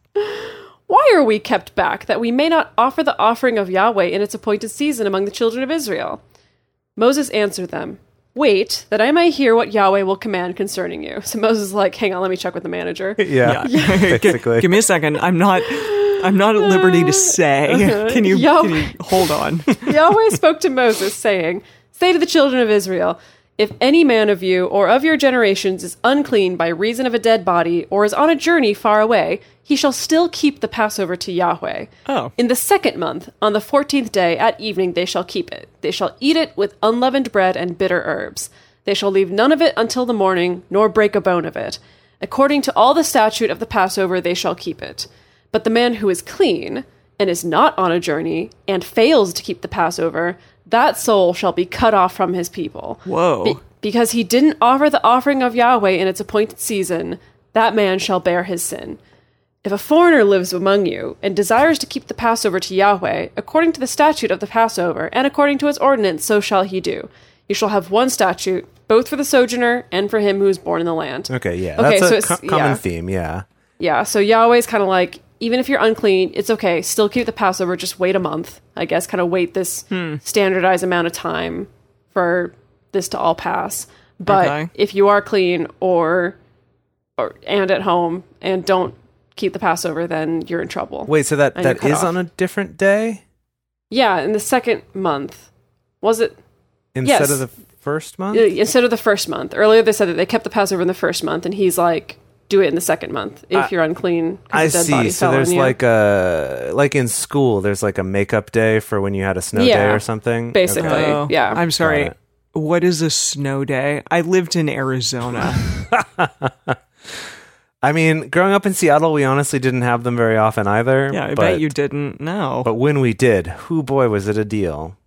Speaker 4: Why are we kept back that we may not offer the offering of Yahweh in its appointed season among the children of Israel? Moses answered them, Wait, that I may hear what Yahweh will command concerning you. So Moses is like, Hang on, let me check with the manager.
Speaker 3: Yeah.
Speaker 2: G-
Speaker 3: Basically.
Speaker 2: give me a second. I'm not. I'm not at liberty
Speaker 4: Uh,
Speaker 2: to
Speaker 4: uh-huh.
Speaker 2: say. Can you,
Speaker 4: Yo.
Speaker 2: can you hold on?
Speaker 4: Yahweh spoke to Moses, saying, Say to the children of Israel, if any man of you or of your generations is unclean by reason of a dead body, or is on a journey far away, he shall still keep the Passover to Yahweh.
Speaker 2: Oh.
Speaker 4: In the second month, on the fourteenth day, at evening, they shall keep it. They shall eat it with unleavened bread and bitter herbs. They shall leave none of it until the morning, nor break a bone of it. According to all the statute of the Passover, they shall keep it. But the man who is clean, and is not on a journey and fails to keep the Passover, that soul shall be cut off from his people.
Speaker 2: Whoa.
Speaker 4: Be- because he didn't offer the offering of Yahweh in its appointed season, that man shall bear his sin. If a foreigner lives among you and desires to keep the Passover to Yahweh, according to the statute of the Passover and according to its ordinance, so shall he do. You shall have one statute, both for the sojourner and for him who is born in the land.
Speaker 3: Okay, yeah.
Speaker 4: Okay,
Speaker 3: That's
Speaker 4: so
Speaker 3: a
Speaker 4: it's-
Speaker 3: co- common
Speaker 4: yeah.
Speaker 3: theme, yeah.
Speaker 4: Yeah, so Yahweh's kind of like, even if you're unclean, it's okay. Still keep the Passover, just wait a month, I guess. Kind of wait this
Speaker 3: Hmm.
Speaker 4: standardized amount of time for this to all pass. But
Speaker 2: Okay.
Speaker 4: if you are clean or, or and at home and don't keep the Passover, then you're in trouble.
Speaker 3: Wait, so that,
Speaker 4: And you're
Speaker 3: that
Speaker 4: cut
Speaker 3: is
Speaker 4: off.
Speaker 3: on a different day
Speaker 4: Yeah, in the second month. Was it
Speaker 3: instead
Speaker 4: Yes.
Speaker 3: of the first month?
Speaker 4: uh, instead of the first month? Earlier they said that they kept the Passover in the first month, and he's like, do it in the second month if
Speaker 3: I-
Speaker 4: you're unclean. 'cause
Speaker 3: I
Speaker 4: the dead
Speaker 3: see.
Speaker 4: body fell
Speaker 3: So
Speaker 4: on
Speaker 3: there's
Speaker 4: you.
Speaker 3: like a like in school, there's like a makeup day for when you had a snow day
Speaker 4: Yeah,
Speaker 3: or something.
Speaker 4: basically.
Speaker 3: Okay.
Speaker 4: Oh. yeah.
Speaker 2: I'm sorry.
Speaker 3: Got it.
Speaker 2: What is a snow day? I lived in Arizona.
Speaker 3: I mean, growing up in Seattle, we honestly didn't have them very often either.
Speaker 2: yeah, I
Speaker 3: but,
Speaker 2: bet you didn't. No.
Speaker 3: But when we did, who boy was it a deal?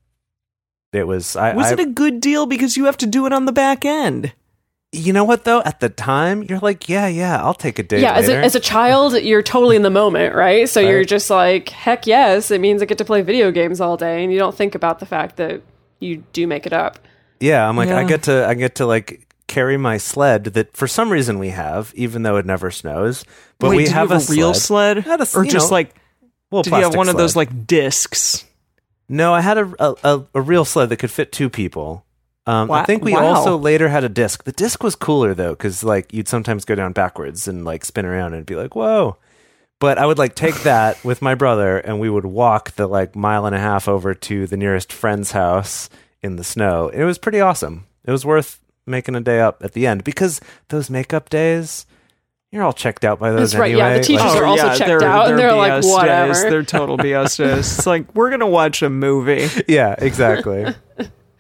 Speaker 3: It was. I,
Speaker 2: was
Speaker 3: I-
Speaker 2: it a good deal because you have to do it on the back end?
Speaker 3: you know what though? At the time, you're like, yeah, yeah, I'll take a day.
Speaker 4: yeah as a,
Speaker 3: later.
Speaker 4: as a child you're totally in the moment right so you're
Speaker 3: Right.
Speaker 4: just like heck yes it means i get to play video games all day and you don't think about the fact that you do make it up
Speaker 3: Yeah, I'm like I
Speaker 2: Yeah.
Speaker 3: get to I get to like carry my sled that for some reason we have, even though it never snows. But
Speaker 2: Wait,
Speaker 3: we
Speaker 2: did you
Speaker 3: have,
Speaker 2: a, real sled,
Speaker 3: Not a s-
Speaker 2: or
Speaker 3: you
Speaker 2: just
Speaker 3: know,
Speaker 2: like
Speaker 3: well,
Speaker 2: did you have
Speaker 3: plastic
Speaker 2: one of those
Speaker 3: sled.
Speaker 2: like discs?
Speaker 3: No, I had a a, a, a real sled that could fit two people. Um, I
Speaker 2: Wa-
Speaker 3: think we
Speaker 2: wow.
Speaker 3: also later had a disc. The disc was cooler though, because like you'd sometimes go down backwards and like spin around and be like, "Whoa!" But I would like take that with my brother, and we would walk the like mile and a half over to the nearest friend's house in the snow. It was pretty awesome. It was worth making a day up at the end because those makeup days, you're all checked out by those.
Speaker 4: That's right, yeah, the
Speaker 3: anyway.
Speaker 4: teachers
Speaker 2: Oh,
Speaker 3: Like-
Speaker 4: are also checked out, and they're like,
Speaker 2: BS
Speaker 4: "Whatever."
Speaker 2: Days. They're total BS days. It's like we're gonna watch a movie.
Speaker 3: yeah, exactly.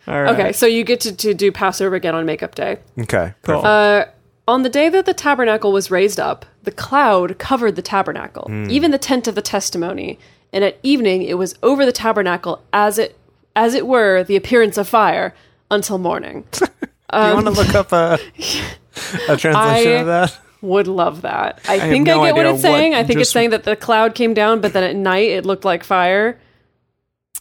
Speaker 2: All right.
Speaker 4: okay so you get to, to do passover again on makeup day
Speaker 3: okay,
Speaker 2: Cool.
Speaker 3: perfect.
Speaker 4: Uh, on the day that the tabernacle was raised up the cloud covered the tabernacle
Speaker 3: Hmm.
Speaker 4: even the tent of the testimony and at evening it was over the tabernacle as it as it were the appearance of fire until morning
Speaker 3: Do you want to look up a a translation
Speaker 4: I-
Speaker 3: of that?
Speaker 4: Would love that. I,
Speaker 2: have
Speaker 4: think
Speaker 2: no
Speaker 4: I get what
Speaker 2: idea
Speaker 4: it's saying.
Speaker 2: what
Speaker 4: I think
Speaker 2: just-
Speaker 4: it's saying that the cloud came down, but then at night it looked like fire.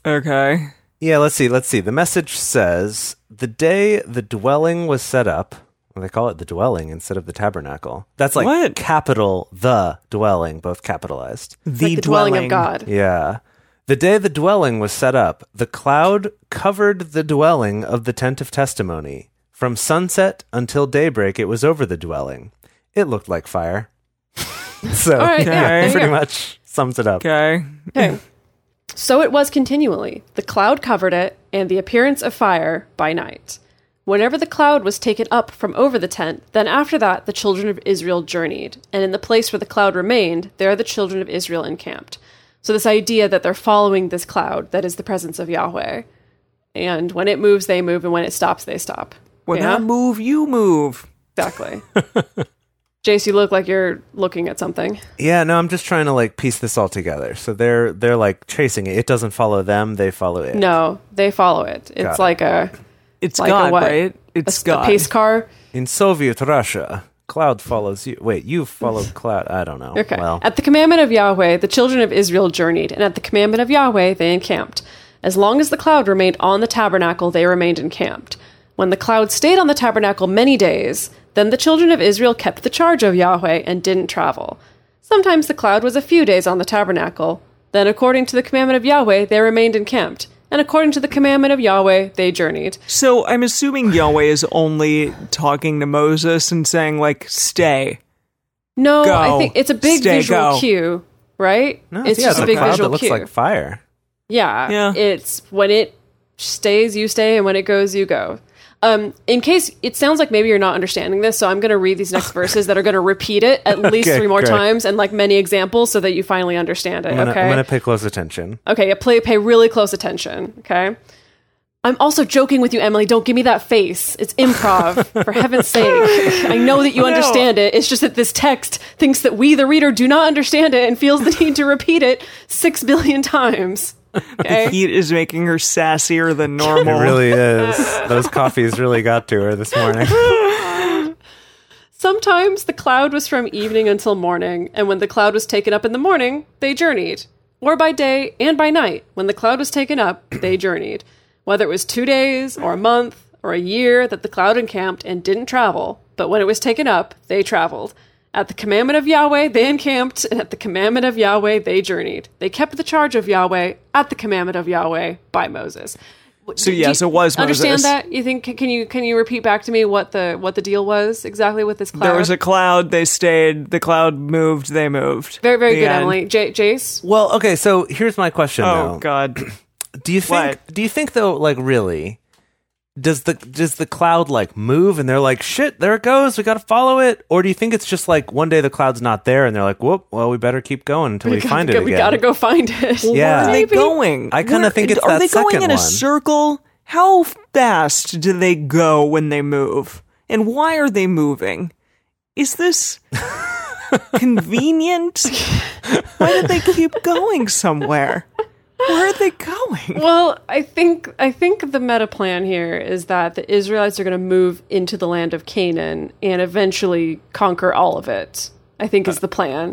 Speaker 2: okay.
Speaker 3: Yeah, let's see. Let's see. The message says the day the dwelling was set up. Well, they call it the dwelling instead of the tabernacle. That's like
Speaker 2: What?
Speaker 3: capital the dwelling, both capitalized.
Speaker 4: The, like the dwelling, of God.
Speaker 3: Yeah. The day the dwelling was set up, the cloud covered the dwelling of the tent of testimony. From sunset until daybreak, it was over the dwelling. It looked like fire. so,
Speaker 4: All right,
Speaker 2: Okay.
Speaker 4: yeah, there you
Speaker 3: pretty
Speaker 4: go.
Speaker 3: much sums it up.
Speaker 2: Okay.
Speaker 4: Okay. So it was continually. The cloud covered it, and the appearance of fire by night. Whenever the cloud was taken up from over the tent, then after that the children of Israel journeyed, and in the place where the cloud remained, there the children of Israel encamped. So this idea that they're following this cloud that is the presence of Yahweh. And when it moves, they move, and when it stops, they stop.
Speaker 2: When
Speaker 4: Yeah?
Speaker 2: I move, you move.
Speaker 4: Exactly. Jace, you look like you're looking at something.
Speaker 3: Yeah, no, I'm just trying to like piece this all together. So they're they're like chasing it. It doesn't follow them; they follow it.
Speaker 4: No, they follow it. It's
Speaker 3: it.
Speaker 4: like a
Speaker 2: It's
Speaker 4: like
Speaker 2: God,
Speaker 4: a what?
Speaker 2: right?
Speaker 4: a,
Speaker 2: It's
Speaker 4: a
Speaker 2: God.
Speaker 4: pace car.
Speaker 3: In Soviet Russia, cloud follows you. Wait, you follow cloud? I don't know.
Speaker 4: Okay.
Speaker 3: Well,
Speaker 4: At the commandment of Yahweh, the children of Israel journeyed, and at the commandment of Yahweh, they encamped. As long as the cloud remained on the tabernacle, they remained encamped. When the cloud stayed on the tabernacle many days, then the children of Israel kept the charge of Yahweh and didn't travel. Sometimes the cloud was a few days on the tabernacle. Then, according to the commandment of Yahweh, they remained encamped. And according to the commandment of Yahweh, they journeyed.
Speaker 2: So I'm assuming Yahweh is only talking to Moses and saying like, "Stay."
Speaker 4: No,
Speaker 2: Go.
Speaker 4: I think it's a big
Speaker 2: Stay,
Speaker 4: visual
Speaker 2: go.
Speaker 4: cue, right?
Speaker 3: no,
Speaker 4: it's
Speaker 3: yeah,
Speaker 4: just
Speaker 3: it's
Speaker 4: a big
Speaker 3: cloud
Speaker 4: visual
Speaker 3: that looks
Speaker 4: cue.
Speaker 3: like fire.
Speaker 4: Yeah.
Speaker 2: Yeah.
Speaker 4: It's when it stays, you stay, and when it goes, you go. Um, in case it sounds like maybe you're not understanding this, so I'm going to read these next verses that are going to repeat it at least
Speaker 3: Okay,
Speaker 4: three more
Speaker 3: great.
Speaker 4: times and like many examples so that you finally understand it.
Speaker 3: I'm gonna,
Speaker 4: okay.
Speaker 3: I'm gonna pay close attention.
Speaker 4: Okay, yeah, play, pay really close attention. Okay. I'm also joking with you, Emily. Don't give me that face. It's improv, for heaven's sake. I know that you understand it. It's just that this text thinks that we, the reader, do not understand it and feels the need to repeat it six billion times. Okay?
Speaker 2: Heat is making her sassier than normal.
Speaker 3: It really is. Those coffees really got to her this morning.
Speaker 4: Sometimes the cloud was from evening until morning, and when the cloud was taken up in the morning, they journeyed. Or by day and by night, when the cloud was taken up, they journeyed. Whether it was two days, or a month, or a year that the cloud encamped and didn't travel, but when it was taken up, they traveled. At the commandment of Yahweh, they encamped, and at the commandment of Yahweh, they journeyed. They kept the charge of Yahweh at the commandment of Yahweh by Moses.
Speaker 2: So
Speaker 4: Do
Speaker 2: yes,
Speaker 4: you
Speaker 2: it was
Speaker 4: Understand
Speaker 2: Moses.
Speaker 4: that? You think? Can you can you repeat back to me what the what the deal was exactly with this cloud?
Speaker 2: There was a cloud. They stayed. The cloud moved. They moved.
Speaker 4: very very
Speaker 2: The
Speaker 4: good,
Speaker 2: end.
Speaker 4: Emily. J- Jace,
Speaker 3: Well, okay, so here's my question
Speaker 2: Oh
Speaker 3: now.
Speaker 2: God.
Speaker 3: Do you think
Speaker 2: What?
Speaker 3: do you think though like really does the does the cloud like move and they're like shit there it goes we got to follow it or do you think it's just like one day the cloud's not there and they're like whoop well we better keep going until we,
Speaker 4: gotta
Speaker 3: find
Speaker 4: go-
Speaker 3: it
Speaker 4: we
Speaker 3: again.
Speaker 4: gotta go find it.
Speaker 3: Yeah.
Speaker 2: Where are they
Speaker 4: Maybe.
Speaker 2: going?
Speaker 3: I kinda
Speaker 2: Where-
Speaker 3: think it's
Speaker 2: are
Speaker 3: that
Speaker 2: they going
Speaker 3: second
Speaker 2: in a
Speaker 3: one.
Speaker 2: circle? How fast do they go when they move? And why are they moving? Is this convenient? why did they keep going somewhere? Where are they going?
Speaker 4: Well, I think I think the meta plan here is that the Israelites are going to move into the land of Canaan and eventually conquer all of it. I think
Speaker 3: Uh,
Speaker 4: is the plan.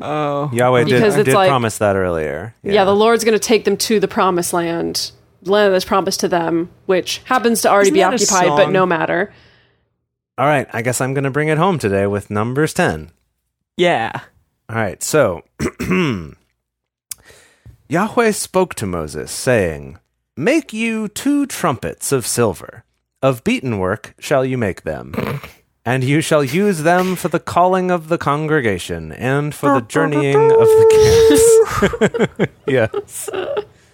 Speaker 3: Yahweh did,
Speaker 4: Because it's
Speaker 3: did
Speaker 4: like-
Speaker 3: promise that earlier.
Speaker 4: yeah. the Lord's going to take them to the promised land, land that's promised to them, which happens to already
Speaker 2: Isn't
Speaker 4: be
Speaker 2: that a
Speaker 4: occupied, but
Speaker 2: song?
Speaker 4: no matter.
Speaker 3: All right, I guess I'm going to bring it home today with numbers 10.
Speaker 2: Yeah.
Speaker 3: All right, so Yahweh spoke to Moses, saying, Make you two trumpets of silver. Of beaten work shall you make them, and you shall use them for the calling of the congregation and for the journeying of the camps.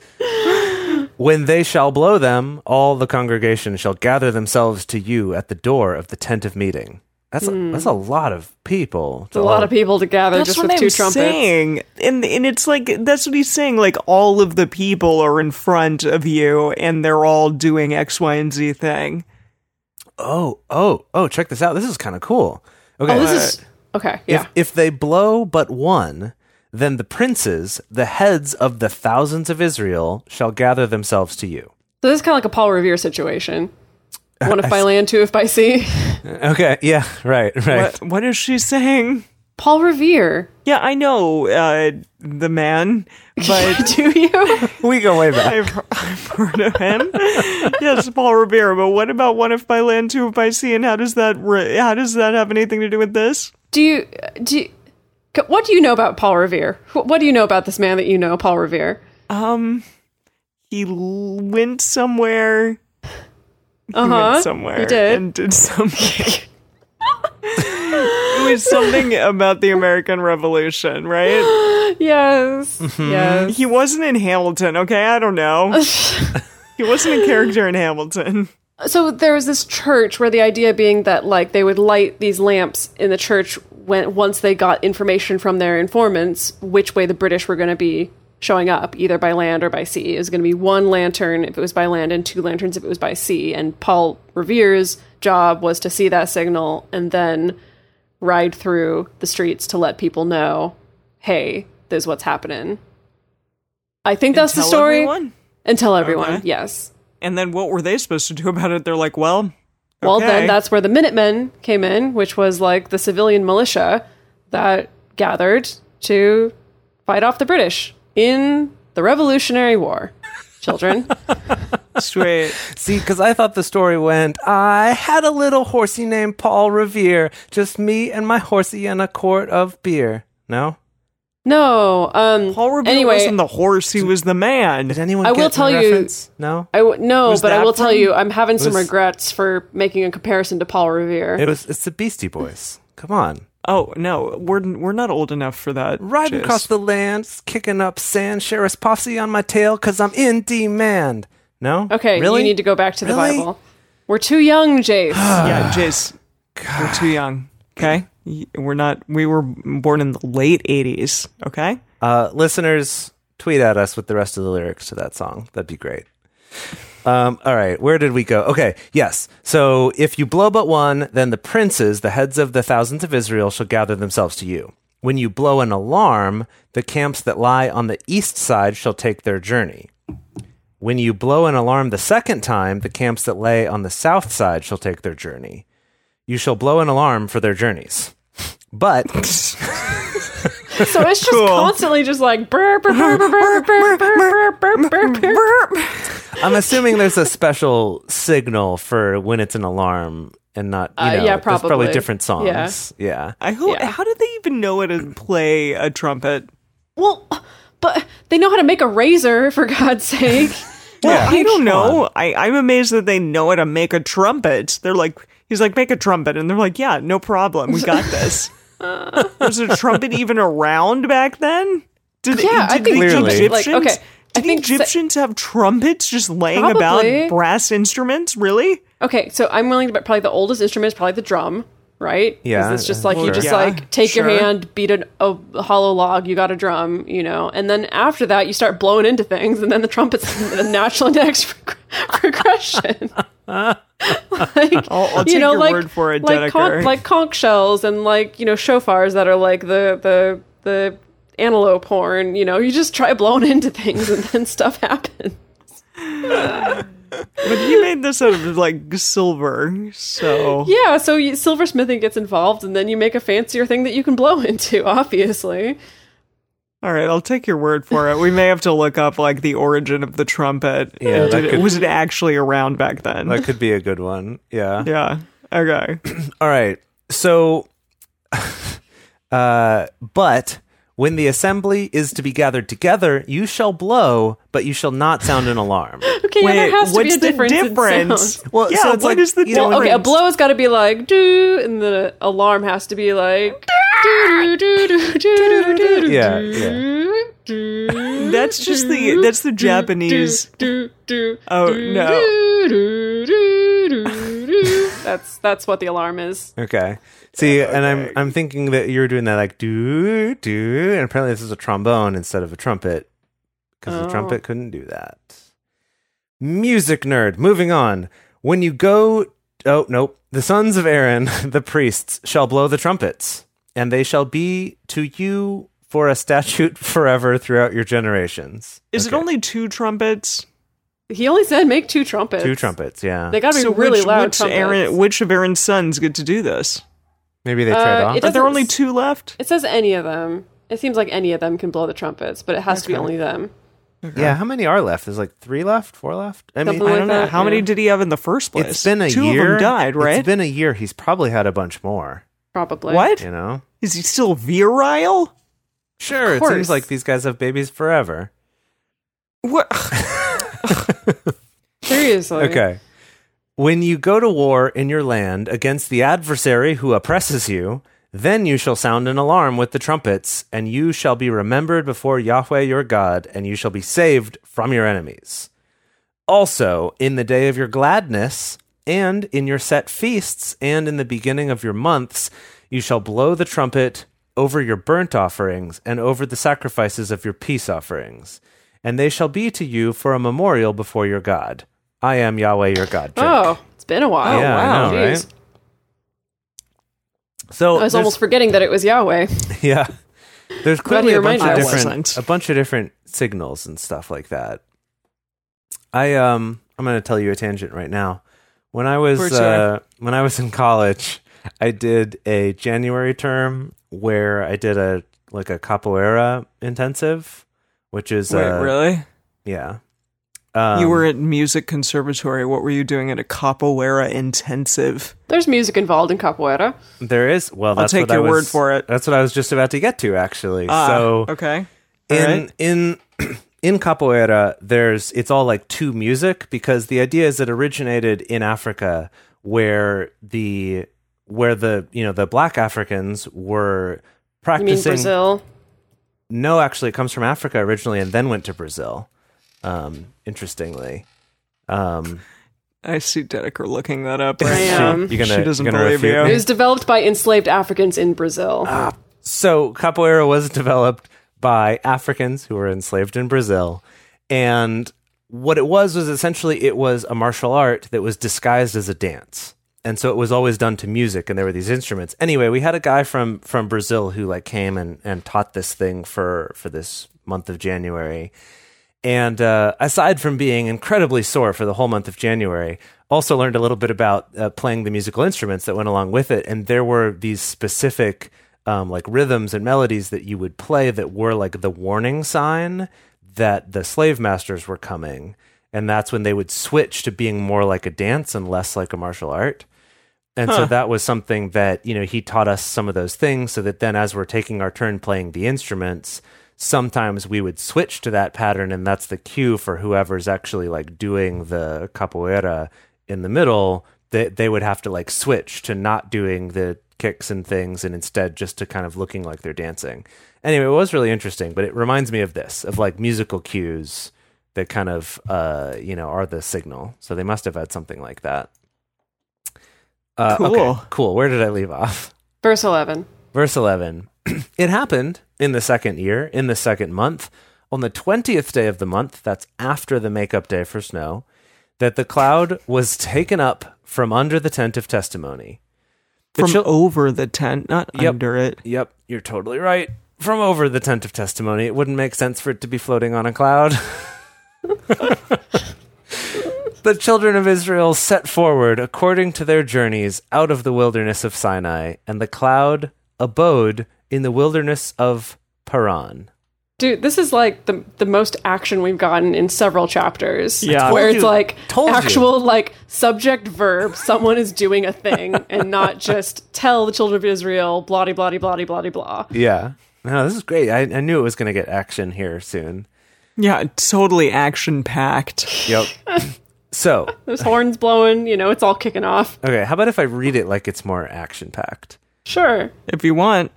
Speaker 3: yes. When they shall blow them, all the congregation shall gather themselves to you at the door of the tent of meeting. That's, a, that's a lot of people.
Speaker 4: Hmm. It's a lot of people to gather
Speaker 2: That's
Speaker 4: just
Speaker 2: what
Speaker 4: with two
Speaker 2: I'm
Speaker 4: trumpets.
Speaker 2: saying, and and it's like that's what he's saying. Like all of the people are in front of you, and they're all doing X, Y, and Z thing.
Speaker 3: oh, oh, oh, check this out. This is kind of cool. Okay. uh,
Speaker 4: Oh, this is okay. Yeah.
Speaker 3: if, if they blow but one, then the princes, the heads of the thousands of Israel, shall gather themselves to you.
Speaker 4: so this is kind of like a Paul Revere situation. One if by land, two if by sea.
Speaker 3: Okay. Yeah. Right. Right.
Speaker 2: What, what is she saying?
Speaker 4: Paul Revere,
Speaker 2: Yeah, I know uh, the man, but
Speaker 4: do you?
Speaker 3: We go way back.
Speaker 2: I've, I've heard of him. yes, Paul Revere. But what about one if by land, two if by sea, and how does that re- how does that have anything to do with this?
Speaker 4: Do you do? You, c- what do you know about Paul Revere? Wh- What do you know about this man that you know, Paul Revere?
Speaker 2: He l- went somewhere.
Speaker 4: Uh
Speaker 2: went
Speaker 4: huh.
Speaker 2: somewhere
Speaker 4: He did.
Speaker 2: and did something. it was something about the American Revolution, right?
Speaker 4: Yes. Yes.
Speaker 2: He wasn't in Hamilton, okay? I don't know. he wasn't a character in Hamilton.
Speaker 4: So there was this church where the idea being that like they would light these lamps in the church when once they got information from their informants which way the British were going to be showing up either by land or by sea. It was going to be one lantern if it was by land and two lanterns if it was by sea. And Paul Revere's job was to see that signal and then ride through the streets to let people know, hey, this is what's happening. I think that's the
Speaker 2: Tell
Speaker 4: story.
Speaker 2: everyone.
Speaker 4: And tell everyone,
Speaker 2: Okay.
Speaker 4: yes.
Speaker 2: And then what were they supposed to do about it? They're like, well,
Speaker 4: Well,
Speaker 2: Okay.
Speaker 4: then that's where the Minutemen came in, which was like the civilian militia that gathered to fight off the British in the Revolutionary War. Children.
Speaker 2: sweet.
Speaker 3: See, because I thought the story went, I had a little horsey named Paul Revere, just me and my horsey and a quart of beer. No?
Speaker 4: no. Um,
Speaker 2: Paul Revere
Speaker 4: anyway,
Speaker 2: wasn't the horse; he was the man.
Speaker 3: Did anyone
Speaker 4: I
Speaker 3: get
Speaker 4: will
Speaker 3: the
Speaker 4: tell you-
Speaker 3: reference? No?
Speaker 4: I w- no,
Speaker 3: was
Speaker 4: but I
Speaker 3: that
Speaker 4: will tell
Speaker 3: from?
Speaker 4: you, I'm having some
Speaker 3: was-
Speaker 4: regrets for making a comparison to Paul Revere.
Speaker 3: It was, it's the Beastie Boys. Come on.
Speaker 2: Oh no, we're we're not old enough for that.
Speaker 3: Riding
Speaker 2: Jace.
Speaker 3: across the land, kicking up sand, sheriff's posse on my tail, because I'm in demand. No?
Speaker 4: okay,
Speaker 3: really?
Speaker 4: you need to go back to the
Speaker 3: Really?
Speaker 4: Bible. We're too young, Jace.
Speaker 2: yeah, Jace, we're too young. Okay, Y- we're not. We were born in the late '80s. Okay.
Speaker 3: Uh, listeners, tweet at us with the rest of the lyrics to that song. That'd be great. Um, all right, where did we go? Okay, yes. So if you blow but one, then the princes, the heads of the thousands of Israel, shall gather themselves to you. When you blow an alarm, the camps that lie on the east side shall take their journey. When you blow an alarm the second time, the camps that lay on the south side shall take their journey. You shall blow an alarm for their journeys. But
Speaker 4: So it's just constantly just like burp, burp, burp, burp, burp, burp, burp, burp, burp, burp, burp.
Speaker 3: I'm assuming there's a special signal for when it's an alarm and not, you
Speaker 4: Uh,
Speaker 3: know,
Speaker 4: yeah,
Speaker 3: there's probably
Speaker 4: probably.
Speaker 3: different
Speaker 4: Yeah.
Speaker 3: songs. Yeah.
Speaker 2: I hope.
Speaker 4: Yeah.
Speaker 2: How did they even know how to play a trumpet?
Speaker 4: Well, but they know how to make a razor for God's sake.
Speaker 2: Well, I don't
Speaker 3: Come
Speaker 2: know. I, I'm amazed that they know how to make a trumpet. They're like, he's like, make a trumpet, and they're like, yeah, no problem, we got this. Was a trumpet even around back then? Did,
Speaker 4: Yeah,
Speaker 2: did
Speaker 4: I think
Speaker 2: the
Speaker 3: Clearly.
Speaker 4: like,
Speaker 2: Egyptians?
Speaker 4: okay, I
Speaker 2: Did the
Speaker 4: think sa-
Speaker 2: Egyptians have trumpets just laying
Speaker 4: Probably.
Speaker 2: about brass instruments? Really?
Speaker 4: Okay, so I'm willing to bet probably the oldest instrument is probably the drum, right? 'Cause
Speaker 3: Yeah,
Speaker 4: it's just like
Speaker 3: sure.
Speaker 4: you just
Speaker 2: Yeah, uh,
Speaker 4: like take
Speaker 2: sure.
Speaker 4: your hand, beat an, a hollow log, you got a drum, you know, and then after that you start blowing into things, and then the trumpet's the natural next prog- progression. like
Speaker 2: I'll, I'll
Speaker 4: you
Speaker 2: take
Speaker 4: know,
Speaker 2: your
Speaker 4: like
Speaker 2: word for it,
Speaker 4: like
Speaker 2: Dedeker.
Speaker 4: conch, like conch shells and like you know shofars that are like the the the antelope horn. You know, you just try blowing into things, and then stuff happens.
Speaker 2: but he made this out of like silver, so
Speaker 4: Yeah, so you, silversmithing gets involved, and then you make a fancier thing that you can blow into. Obviously,
Speaker 2: All right, I'll take your word for it. We may have to look up like the origin of the trumpet.
Speaker 3: Yeah,
Speaker 2: And
Speaker 3: that
Speaker 2: did it-
Speaker 3: could-
Speaker 2: was it actually around back then?
Speaker 3: That could be a good one. Yeah.
Speaker 2: yeah. Okay.
Speaker 3: All right. So, uh, but when the assembly is to be gathered together, you shall blow, but you shall not sound an alarm.
Speaker 4: okay, yeah, there has to be a difference. in sounds.
Speaker 3: Well,
Speaker 2: Well, yeah,
Speaker 3: so
Speaker 2: so
Speaker 3: it's like,
Speaker 2: the
Speaker 3: you know,
Speaker 2: difference?
Speaker 4: Okay, a blow has got to be like do, and the alarm has to be like do do do do do do do
Speaker 3: Yeah,
Speaker 4: do do.
Speaker 2: That's just the that's the Japanese.
Speaker 4: Do, do, do,
Speaker 2: Oh,
Speaker 4: do,
Speaker 2: no.
Speaker 4: do, do, do, do. That's that's what the alarm is.
Speaker 3: Okay. See, and I'm I'm thinking that you're doing that like do do, and apparently this is a trombone instead of a trumpet because the
Speaker 4: Oh.
Speaker 3: trumpet couldn't do that. Music nerd. Moving on. When you go, oh nope, the sons of Aaron, the priests, shall blow the trumpets, and they shall be to you for a statute forever throughout your generations.
Speaker 2: Is
Speaker 3: Okay.
Speaker 2: it only two trumpets?
Speaker 4: He only said make two trumpets.
Speaker 3: two trumpets? Yeah,
Speaker 4: They got to be
Speaker 2: so
Speaker 4: really
Speaker 2: which,
Speaker 4: loud
Speaker 2: which,
Speaker 4: trumpets.
Speaker 2: Aaron, which of Aaron's sons get to do this?
Speaker 3: maybe they
Speaker 4: Uh,
Speaker 3: trade off.
Speaker 4: it
Speaker 2: Are
Speaker 4: doesn't
Speaker 2: there only
Speaker 4: s-
Speaker 2: two left?
Speaker 4: It says any of them. It seems like any of them can blow the trumpets, but it has to be only them.
Speaker 3: Yeah, how many are left? There's like three left, four left. I mean,
Speaker 4: Something
Speaker 2: I
Speaker 4: like
Speaker 2: don't know.
Speaker 4: that,
Speaker 2: How many
Speaker 4: Uh, yeah.
Speaker 2: did he have in the first place?
Speaker 3: It's been a
Speaker 2: two
Speaker 3: year.
Speaker 2: of them died, right?
Speaker 3: It's been a year. He's probably had a bunch more.
Speaker 4: Probably.
Speaker 2: what?
Speaker 3: You know.
Speaker 2: Is he still virile?
Speaker 3: Sure. It seems
Speaker 4: course.
Speaker 3: like these guys have babies forever.
Speaker 2: What?
Speaker 4: Seriously.
Speaker 3: Okay. When you go to war in your land against the adversary who oppresses you, then you shall sound an alarm with the trumpets, and you shall be remembered before Yahweh your God, and you shall be saved from your enemies. Also, in the day of your gladness, and in your set feasts, and in the beginning of your months, you shall blow the trumpet over your burnt offerings and over the sacrifices of your peace offerings, and they shall be to you for a memorial before your God. I am Yahweh your God. Drake.
Speaker 4: Oh, it's been a while.
Speaker 3: Yeah, I
Speaker 4: wow.
Speaker 3: know,
Speaker 4: Jeez.
Speaker 3: right? So
Speaker 4: I was
Speaker 3: there's-
Speaker 4: almost forgetting that it was Yahweh.
Speaker 3: yeah. There's clearly
Speaker 4: you
Speaker 3: a bunch of
Speaker 4: reminded
Speaker 2: me. I
Speaker 3: different
Speaker 2: wasn't.
Speaker 3: a bunch of different signals and stuff like that. I um I'm going to tell you a tangent right now. When I was
Speaker 2: Poor
Speaker 3: uh,
Speaker 2: Sarah.
Speaker 3: when I was in college, I did a January term where I did a like a capoeira intensive, which is
Speaker 2: Wait,
Speaker 3: uh,
Speaker 2: really?
Speaker 3: yeah. Um,
Speaker 2: you were at music conservatory. What were you doing at a capoeira intensive?
Speaker 4: There's music involved in capoeira.
Speaker 3: there is well. That's
Speaker 2: take
Speaker 3: what I
Speaker 2: your word
Speaker 3: was-
Speaker 2: for it. Ah.
Speaker 3: That's what I was just about to get to actually. so
Speaker 2: okay, All
Speaker 3: in
Speaker 2: right.
Speaker 3: in in capoeira there's it's all like two music because the idea is it originated in Africa where the where the you know the black Africans were
Speaker 4: You mean
Speaker 3: practicing
Speaker 4: Brazil?
Speaker 3: no actually it comes from Africa originally and then went to Brazil um interestingly um
Speaker 2: I see Dedeker looking that up.
Speaker 4: I
Speaker 2: Right now.
Speaker 4: am.
Speaker 3: you gonna,
Speaker 2: She doesn't
Speaker 3: you gonna
Speaker 2: believe
Speaker 3: refute
Speaker 2: you.
Speaker 4: It
Speaker 3: me?
Speaker 4: was developed by enslaved Africans in Brazil.
Speaker 3: Ah. So capoeira was developed by Africans who were enslaved in Brazil, and what it was was essentially it was a martial art that was disguised as a dance and so it was always done to music and there were these instruments anyway we had a guy from from brazil who like came and and taught this thing for for this month of january and uh, aside from being incredibly sore for the whole month of January, also learned a little bit about uh, playing the musical instruments that went along with it. And there were these specific um, like rhythms and melodies that you would play that were like the warning sign that the slave masters were coming. And that's when they would switch to being more like a dance and less like a martial art. And so that was something that, you know, he taught us some of those things so that then as we're taking our turn playing the instruments, sometimes we would switch to that pattern and that's the cue for whoever's actually like doing the capoeira in the middle, they they would have to like switch to not doing the kicks and things and instead just to kind of looking like they're dancing. Anyway, it was really interesting, but it reminds me of this, of like musical cues that kind of uh, you know, are the signal. So they must have had something like that. Uh, okay,
Speaker 2: Cool.
Speaker 3: cool. Where did I leave off?
Speaker 4: Verse 11.
Speaker 3: Verse 11. it happened in the second year, in the second month, on the 20th day of the month, that's after the makeup day for snow, that the cloud was taken up from under the tent of testimony. The
Speaker 2: From
Speaker 3: chil-
Speaker 2: over the tent, not
Speaker 3: Yep.
Speaker 2: under it.
Speaker 3: Yep, you're totally right. From over the tent of testimony, it wouldn't make sense for it to be floating on a cloud. the children of Israel set forward according to their journeys out of the wilderness of Sinai, and the cloud abode in the wilderness of Paran.
Speaker 4: Dude, this is like the the most action we've gotten in several chapters.
Speaker 2: Yeah.
Speaker 4: where
Speaker 3: told
Speaker 4: it's
Speaker 3: you.
Speaker 4: like
Speaker 3: Told you.
Speaker 4: actual like subject verb. Someone is doing a thing and not just tell the children of Israel blah de blah de blah de blah de blah.
Speaker 3: Yeah. No, this is great. I, I knew it was going to get action here soon.
Speaker 2: Yeah, totally action packed.
Speaker 3: Yep. so,
Speaker 4: There's horns blowing. You know, it's all kicking off.
Speaker 3: okay, how about if I read it like it's more action packed?
Speaker 4: Sure.
Speaker 2: If you want,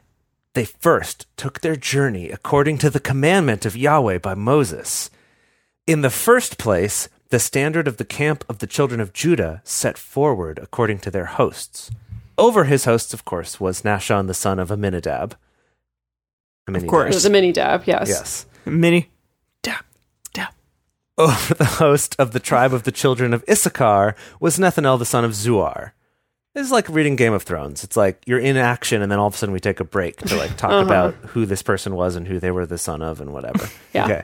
Speaker 3: They first took their journey according to the commandment of Yahweh by Moses. In the first place, the standard of the camp of the children of Judah set forward according to their hosts. Over his hosts, of course, was Nashon the son of Aminadab. Aminadab.
Speaker 2: course.
Speaker 4: There's a mini dab. Yes.
Speaker 3: Yes.
Speaker 2: mini. Dab, dab.
Speaker 3: Over the host of the tribe of the children of Issachar was Nethanel the son of Zuar. This is like reading Game of Thrones. It's like you're in action, and then all of a sudden we take a break to like talk
Speaker 4: Uh-huh.
Speaker 3: about who this person was and who they were the son of and whatever.
Speaker 4: Yeah.
Speaker 3: Okay.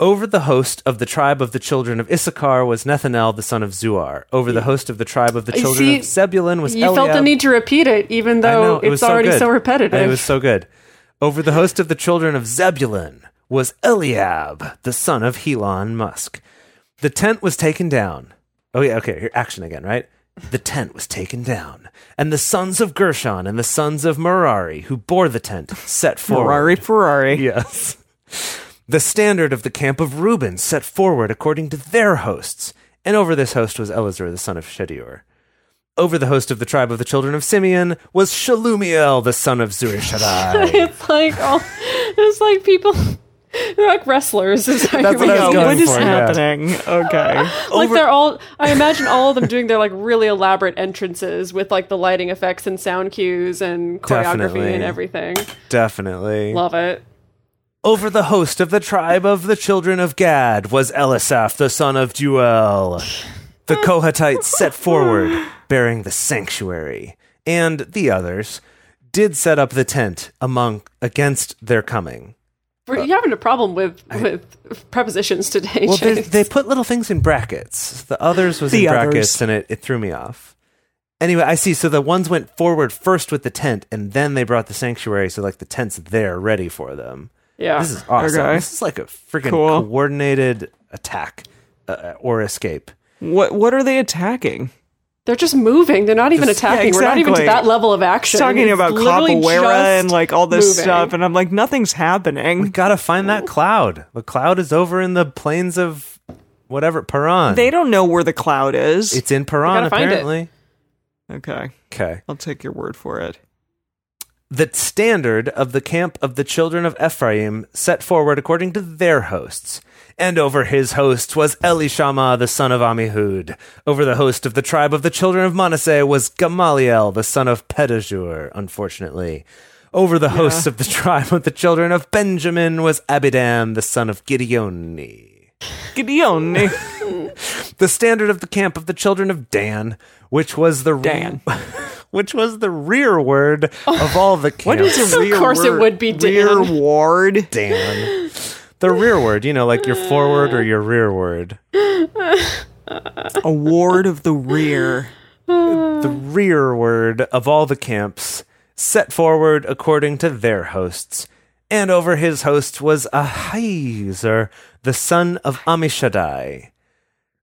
Speaker 3: Over the host of the tribe of the children of Issachar was Nethanel the son of Zuar. Over the host of the tribe of the
Speaker 4: I
Speaker 3: children
Speaker 4: see.
Speaker 3: of Zebulun was
Speaker 4: You felt the
Speaker 3: Eliab.
Speaker 4: need to repeat it, even
Speaker 3: I know,
Speaker 4: though
Speaker 3: it was
Speaker 4: it's already
Speaker 3: good.
Speaker 4: so repetitive.
Speaker 3: And it was so good. Over the host of the children of Zebulun was Eliab, the son of Helon Musk. The tent was taken down. Oh yeah, okay, here action again, right? The tent was taken down, and the sons of Gershon and the sons of Merari, who bore the tent, set forward.
Speaker 2: Ferrari, Ferrari.
Speaker 3: Yes. The standard of the camp of Reuben set forward according to their hosts, and over this host was Eleazar the son of Shedeur. Over the host of the tribe of the children of Simeon was Shalumiel the son of Zurishaddai.
Speaker 4: it's like all. It's like people. They're like wrestlers. Is how
Speaker 3: That's
Speaker 4: you
Speaker 3: what I was
Speaker 4: would
Speaker 2: Oh,
Speaker 3: going
Speaker 2: what is
Speaker 3: for, yeah.
Speaker 2: happening? Okay.
Speaker 4: like they're all i imagine all of them doing their like really elaborate entrances with like the lighting effects and sound cues and choreography
Speaker 3: Definitely.
Speaker 4: and everything
Speaker 3: Definitely.
Speaker 4: love it
Speaker 3: Over the host of the tribe of the children of Gad was Elisaph the son of Duel. The Kohatites set forward, bearing the sanctuary, and the others did set up the tent among against their coming.
Speaker 4: We're, you're having a problem with with prepositions today
Speaker 3: Well, they,
Speaker 4: Chase.
Speaker 3: they put little things in brackets. The others was
Speaker 2: The
Speaker 3: in
Speaker 2: others.
Speaker 3: brackets, and it, it threw me off. Anyway, I see. So the ones went forward first with the tent, and then they brought the sanctuary. So like the tent's there, ready for them.
Speaker 4: yeah
Speaker 3: This is awesome.
Speaker 2: Okay.
Speaker 3: This is like a freaking
Speaker 2: Cool.
Speaker 3: coordinated attack uh, or escape.
Speaker 2: What What are they attacking?
Speaker 4: they're just moving they're not even
Speaker 3: Just-
Speaker 4: attacking
Speaker 2: Yeah,
Speaker 4: we're not even to
Speaker 2: exactly.
Speaker 4: that level of action
Speaker 2: talking
Speaker 4: It's
Speaker 2: about
Speaker 4: literally
Speaker 2: capoeira
Speaker 4: just
Speaker 2: and like all this
Speaker 4: moving.
Speaker 2: stuff, and I'm like, nothing's happening.
Speaker 3: We gotta find that cloud. The cloud is over in the plains of whatever Paran.
Speaker 2: They don't know where the cloud is.
Speaker 3: It's in Paran
Speaker 4: gotta find it.
Speaker 3: apparently.
Speaker 2: okay,
Speaker 3: Okay.
Speaker 2: I'll take your word for it.
Speaker 3: The standard of the camp of the children of Ephraim set forward according to their hosts. And over his hosts was Elishama the son of Amihud. Over the host of the tribe of the children of Manasseh was Gamaliel the son of Pedazur, unfortunately. Over the hosts of the tribe of the children of Benjamin was Abidan the son of Gideoni.
Speaker 2: Gideon.
Speaker 3: the standard of the camp of the children of Dan, which was the re-
Speaker 2: Dan. Oh.
Speaker 3: which was the rear word of all the camps.
Speaker 2: What is a rear
Speaker 4: course it
Speaker 2: word-
Speaker 4: would be Dan.
Speaker 2: Rear ward.
Speaker 3: Dan? The rear word, you know, like your forward or your rear word.
Speaker 2: A ward of the rear.
Speaker 3: The rear word of all the camps, set forward according to their hosts. And over his host was Ahizer, the son of Amishadai.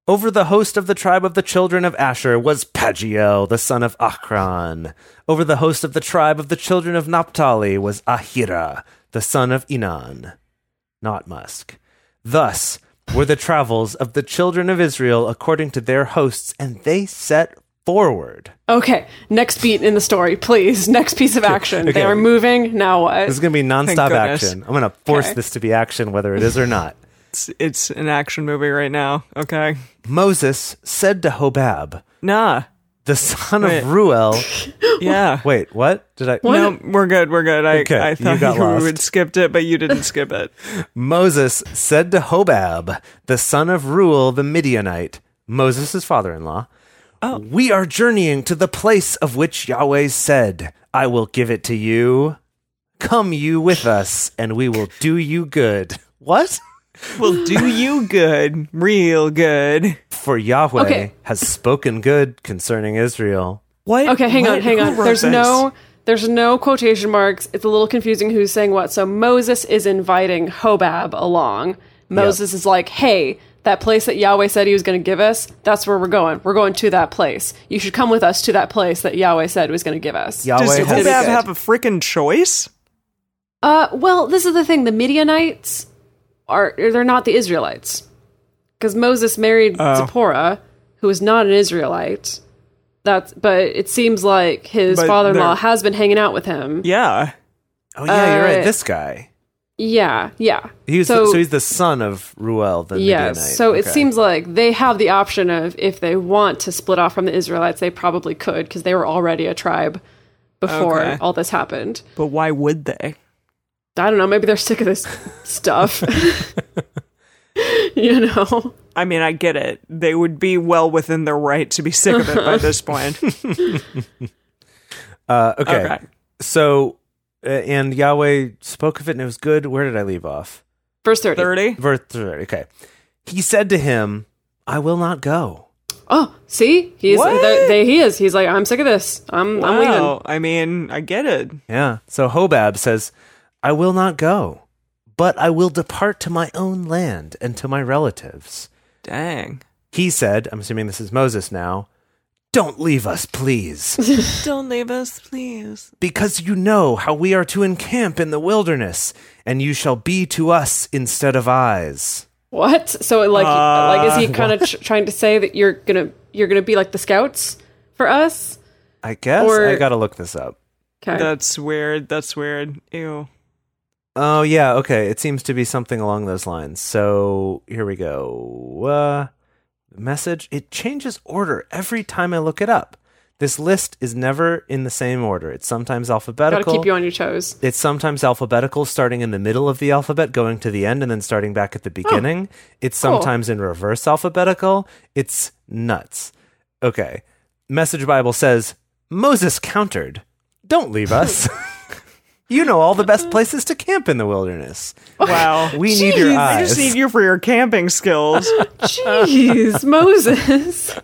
Speaker 3: Over the host of the tribe of the children of Asher was Pagiel, the son of Achran. Over the host of the tribe of the children of Naphtali was Ahira, the son of Inan. Not Musk. Thus were the travels of the children of Israel according to their hosts, and they set forward.
Speaker 4: Okay, next beat in the story, please. Next piece of action.
Speaker 3: okay.
Speaker 4: They are moving. Now
Speaker 3: This is
Speaker 4: what?
Speaker 3: going to be nonstop
Speaker 2: goodness.
Speaker 3: action. I'm going to force
Speaker 4: Okay.
Speaker 3: this to be action, whether it is or not.
Speaker 2: It's, it's an action movie right now. Okay.
Speaker 3: Moses said to Hobab,
Speaker 2: Nah.
Speaker 3: the son
Speaker 2: Wait.
Speaker 3: of Ruel.
Speaker 2: Yeah.
Speaker 3: Wait, what? Did I?
Speaker 2: No, we're good. We're good. I,
Speaker 3: Okay,
Speaker 2: I
Speaker 3: you
Speaker 2: thought
Speaker 3: got
Speaker 2: you,
Speaker 3: lost.
Speaker 2: would skipped it, but you didn't skip it.
Speaker 3: Moses said to Hobab, the son of Ruel the Midianite, Moses' father in law,
Speaker 4: Oh.
Speaker 3: We are journeying to the place of which Yahweh said, I will give it to you. Come you with us, and we will do you good. What?
Speaker 2: Well, do you good, real good.
Speaker 3: For Yahweh
Speaker 4: Okay.
Speaker 3: has spoken good concerning Israel.
Speaker 2: What?
Speaker 4: Okay, hang on,
Speaker 2: what-
Speaker 4: hang
Speaker 2: who
Speaker 4: on.
Speaker 2: wrote
Speaker 4: There's
Speaker 2: this?
Speaker 4: no there's no quotation marks. It's a little confusing who's saying what. So Moses is inviting Hobab along. Moses is like, "Hey, that place that Yahweh said he was going to give us, that's where we're going. We're going to that place. You should come with us to that place that Yahweh said was going to give us."
Speaker 2: Does
Speaker 3: Yahweh
Speaker 2: Hobab
Speaker 3: has
Speaker 4: Good.
Speaker 2: have a freaking choice?
Speaker 4: Uh, well, this is the thing. The Midianites are they're not the Israelites because Moses married
Speaker 3: Oh.
Speaker 4: Zipporah, who is not an Israelite. That's but it seems like his
Speaker 2: But they're-
Speaker 4: father-in-law has been hanging out with him.
Speaker 2: Yeah.
Speaker 3: Oh yeah, you're right.
Speaker 4: uh,
Speaker 3: This guy.
Speaker 4: Yeah, yeah.
Speaker 3: He was
Speaker 4: so,
Speaker 3: so, he's the son of Ruel the
Speaker 4: yeah.
Speaker 3: Midianite.
Speaker 4: So it
Speaker 3: Okay.
Speaker 4: seems like they have the option of if they want to split off from the Israelites, they probably could because they were already a tribe before
Speaker 2: Okay.
Speaker 4: all this happened.
Speaker 2: But why would they?
Speaker 4: I don't know. Maybe they're sick of this stuff. you know.
Speaker 2: I mean, I get it. They would be well within their right to be sick of it by this point.
Speaker 3: Uh, okay.
Speaker 2: Okay.
Speaker 3: So, uh, and Yahweh spoke of it, and it was good. Where did I leave off?
Speaker 4: Verse 30.
Speaker 2: 30?
Speaker 3: Verse three. Okay. He said to him, "I will not go."
Speaker 4: Oh, see? He's
Speaker 2: What?
Speaker 4: there, there he is. He's like, I'm sick of this. I'm I'm leaving.
Speaker 2: Wow. I mean, I get it.
Speaker 3: Yeah. So Hobab says, "I will not go, but I will depart to my own land and to my relatives."
Speaker 2: Dang.
Speaker 3: He said, "I'm assuming this is Moses now." Don't leave us, please.
Speaker 2: Don't leave us, please.
Speaker 3: because you know how we are to encamp in the wilderness, and you shall be to us instead of eyes.
Speaker 4: What? So like like is
Speaker 2: Uh,
Speaker 4: he kind of tr- trying to say that you're going to you're going to be like the scouts for us?
Speaker 3: I guess
Speaker 4: Or-
Speaker 3: I gotta look this up.
Speaker 4: Okay.
Speaker 2: That's weird. That's weird. Ew.
Speaker 3: Oh yeah, okay. It seems to be something along those lines. So here we go. Uh, message. It changes order every time I look it up. This list is never in the same order. It's sometimes
Speaker 4: Got to
Speaker 3: alphabetical.
Speaker 4: keep you on your toes.
Speaker 3: it's sometimes alphabetical, starting in the middle of the alphabet, going to the end, and then starting back at the beginning. it's
Speaker 4: Oh, cool.
Speaker 3: sometimes in reverse alphabetical. It's nuts. Okay. Message Bible says Moses countered, Don't leave us. you know all the best places to camp in the wilderness.
Speaker 2: Wow.
Speaker 3: We need your
Speaker 2: I just
Speaker 3: eyes.
Speaker 2: need you for your camping skills.
Speaker 4: Jeez, Moses.
Speaker 3: He's-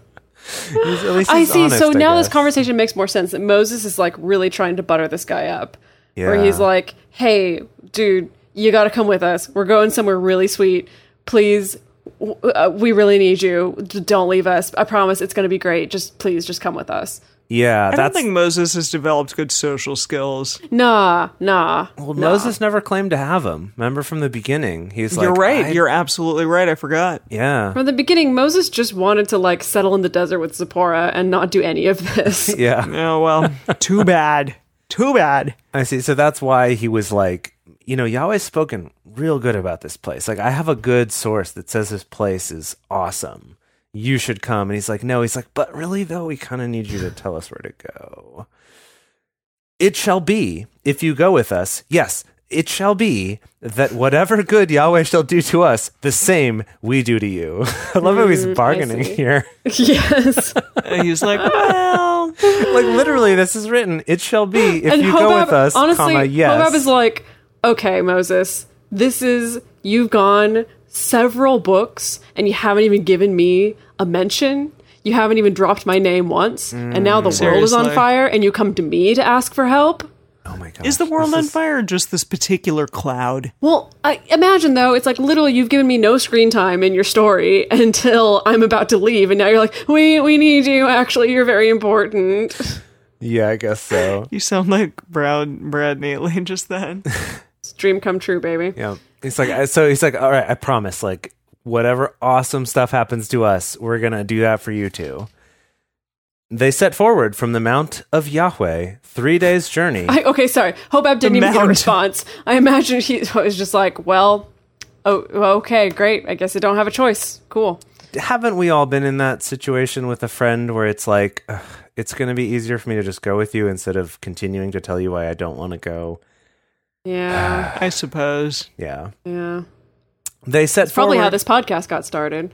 Speaker 3: at least
Speaker 4: I
Speaker 3: he's
Speaker 4: see. so
Speaker 3: honest, I
Speaker 4: now this
Speaker 3: guess.
Speaker 4: conversation makes more sense that Moses is like really trying to butter this guy up. Where he's
Speaker 3: Yeah.
Speaker 4: like, hey, dude, you got to come with us. We're going somewhere really sweet. Please, w- uh, we really need you. D- Don't leave us. I promise it's going to be great. Just please, just come with us.
Speaker 3: Yeah,
Speaker 2: I don't
Speaker 3: that's
Speaker 2: think Moses has developed good social skills.
Speaker 4: Nah, nah.
Speaker 3: well, Moses never claimed to have him. Remember from the beginning, he's like,
Speaker 2: You're right.
Speaker 3: "I-
Speaker 2: You're absolutely right. I forgot.
Speaker 3: yeah,
Speaker 4: From the beginning, Moses just wanted to like settle in the desert with Zipporah and not do any of this.
Speaker 3: yeah."
Speaker 2: Oh, well, too bad. Too bad.
Speaker 3: I see. So that's why he was like, you know, Yahweh's spoken real good about this place. Like, I have a good source that says this place is awesome. You should come. And he's like, no. He's like, but really, though, we kind of need you to tell us where to go. It shall be if you go with us. Yes, it shall be that whatever good Yahweh shall do to us, the same we do to you. I love how he's bargaining
Speaker 4: Mm, see.
Speaker 3: here.
Speaker 4: yes.
Speaker 2: And Uh, he's like, well,
Speaker 3: like literally, this is written. It shall be if
Speaker 4: and
Speaker 3: you
Speaker 4: Hobab,
Speaker 3: go with us,
Speaker 4: honestly,
Speaker 3: comma yes.
Speaker 4: Hobab is like, okay, Moses, this is you've gone several books and you haven't even given me a mention. You haven't even dropped my name once, and now the world is on
Speaker 2: Seriously?
Speaker 4: fire, and you come to me to ask for help.
Speaker 3: oh my god!
Speaker 2: is the world on fire or just this particular cloud?
Speaker 4: Well, I imagine though, it's like literally you've given me no screen time in your story until I'm about to leave, and now you're like, we we need you. Actually, you're very important.
Speaker 3: Yeah, I guess so.
Speaker 2: You sound like Brad, Brad Neely just then.
Speaker 4: Dream come true, baby.
Speaker 3: Yeah, he's like I- so. He's like, all right, I promise. Like whatever awesome stuff happens to us, we're gonna do that for you too. They set forward from the Mount of Yahweh, three days journey.
Speaker 4: I, okay, sorry. Hobab didn't
Speaker 2: The
Speaker 4: even get a
Speaker 2: mound.
Speaker 4: response. I imagine he was just like, well, oh, okay, great. I guess I don't have a choice. Cool.
Speaker 3: haven't we all been in that situation with a friend where it's like "Ugh, it's going to be easier for me to just go with you instead of continuing to tell you why I don't want to go?
Speaker 4: Yeah,
Speaker 2: I suppose.
Speaker 3: Yeah.
Speaker 4: yeah.
Speaker 3: They set
Speaker 4: Probably
Speaker 3: forward
Speaker 4: how this podcast got started.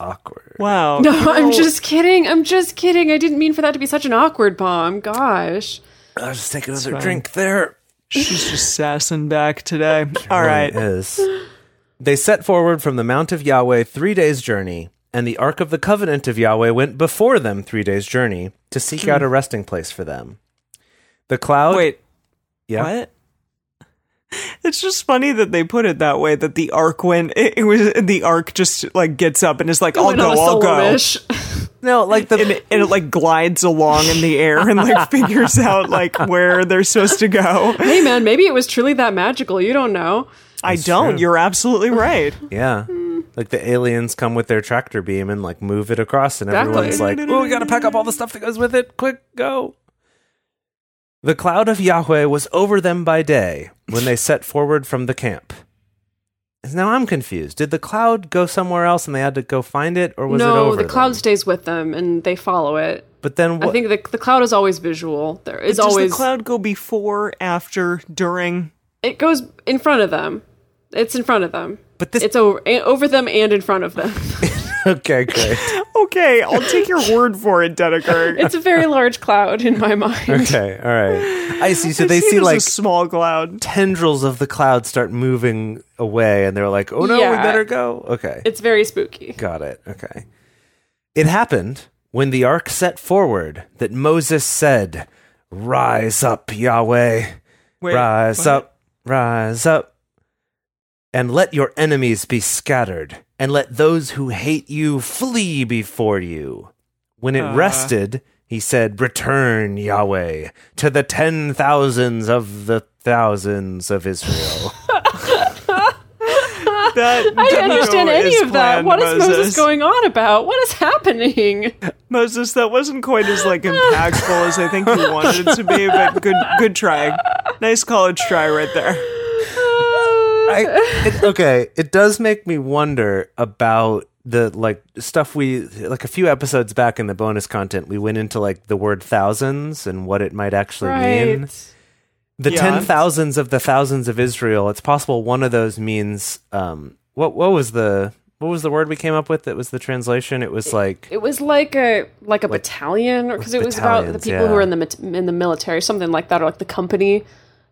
Speaker 3: awkward.
Speaker 2: Wow.
Speaker 4: No, I'm just kidding. I'm just kidding. I didn't mean for that to be such an awkward bomb. Gosh.
Speaker 3: I'll just take another
Speaker 2: fine.
Speaker 3: drink there.
Speaker 2: She's just sassing back today. All
Speaker 3: Really
Speaker 2: right.
Speaker 3: is. They set forward from the Mount of Yahweh three days' journey, and the Ark of the Covenant of Yahweh went before them three days' journey to seek out a resting place for them. The cloud.
Speaker 2: Oh, Wait,
Speaker 3: yeah.
Speaker 2: what? It's just funny that they put it that way. That the arc went. It, it was the arc just like gets up and is like, "I'll
Speaker 4: Went on
Speaker 2: go,
Speaker 4: a
Speaker 2: I'll
Speaker 4: solo
Speaker 2: go,"
Speaker 4: mish.
Speaker 3: No, like the
Speaker 2: and it, and it like glides along in the air and like figures out like where they're supposed to go.
Speaker 4: Hey, man, maybe it was truly that magical. You don't know.
Speaker 2: I don't.
Speaker 3: true.
Speaker 2: You're absolutely right.
Speaker 3: Yeah. Like the aliens come with their tractor beam and like move it across, and
Speaker 4: Exactly.
Speaker 3: everyone's like, oh, we got to pack up all the stuff that goes with it. Quick, go. The cloud of Yahweh was over them by day when they set forward from the camp. Now I'm confused. Did the cloud go somewhere else and they had to go find it, or was it
Speaker 4: no,
Speaker 3: over?
Speaker 4: the cloud
Speaker 3: them?
Speaker 4: stays with them and they follow it.
Speaker 3: But then
Speaker 4: I
Speaker 3: what?
Speaker 4: think the, the cloud is always visual. There is
Speaker 2: Does
Speaker 4: always
Speaker 2: the cloud go before, after, during?
Speaker 4: it goes in front of them. It's in front of them.
Speaker 3: But this-
Speaker 4: it's over a- over them and in front of them.
Speaker 3: okay, great.
Speaker 2: Okay, I'll take your word for it, Dedeker.
Speaker 4: it's a very large cloud in my mind.
Speaker 3: Okay, all right. I see. So
Speaker 2: I've
Speaker 3: they
Speaker 2: seen
Speaker 3: see
Speaker 2: it as a
Speaker 3: like
Speaker 2: small cloud.
Speaker 3: tendrils of the cloud start moving away, and they're like, "Oh no, we
Speaker 4: Yeah.
Speaker 3: better go." Okay,
Speaker 4: It's very spooky.
Speaker 3: Got it. Okay. It happened when the ark set forward that Moses said, Rise up, Yahweh.
Speaker 2: Wait,
Speaker 3: rise
Speaker 2: what?
Speaker 3: up, rise up. And let your enemies be scattered, and let those who hate you flee before you. When it
Speaker 2: Uh.
Speaker 3: rested, he said, Return, Yahweh, to the ten thousands of the thousands of Israel.
Speaker 2: That
Speaker 4: I didn't
Speaker 2: no
Speaker 4: understand any
Speaker 2: is
Speaker 4: of that.
Speaker 2: planned,
Speaker 4: What is Moses. going on about? What is happening?
Speaker 2: Moses, that wasn't quite as like impactful as I think you wanted it to be, but good good try. Nice college try right there.
Speaker 3: I, it, okay, it does make me wonder about the like stuff we like a few episodes back in the bonus content we went into like the word thousands and what it might actually mean.
Speaker 4: Right.
Speaker 3: The
Speaker 2: Yeah.
Speaker 3: ten thousands of the thousands of Israel. It's possible one of those means um what what was the what was the word we came up with that was the translation? It was like
Speaker 4: It was like a like a battalion, or because it was about the
Speaker 3: battalions,
Speaker 4: people who were
Speaker 3: yeah.
Speaker 4: in the mit- in the military, something like that, or like the company,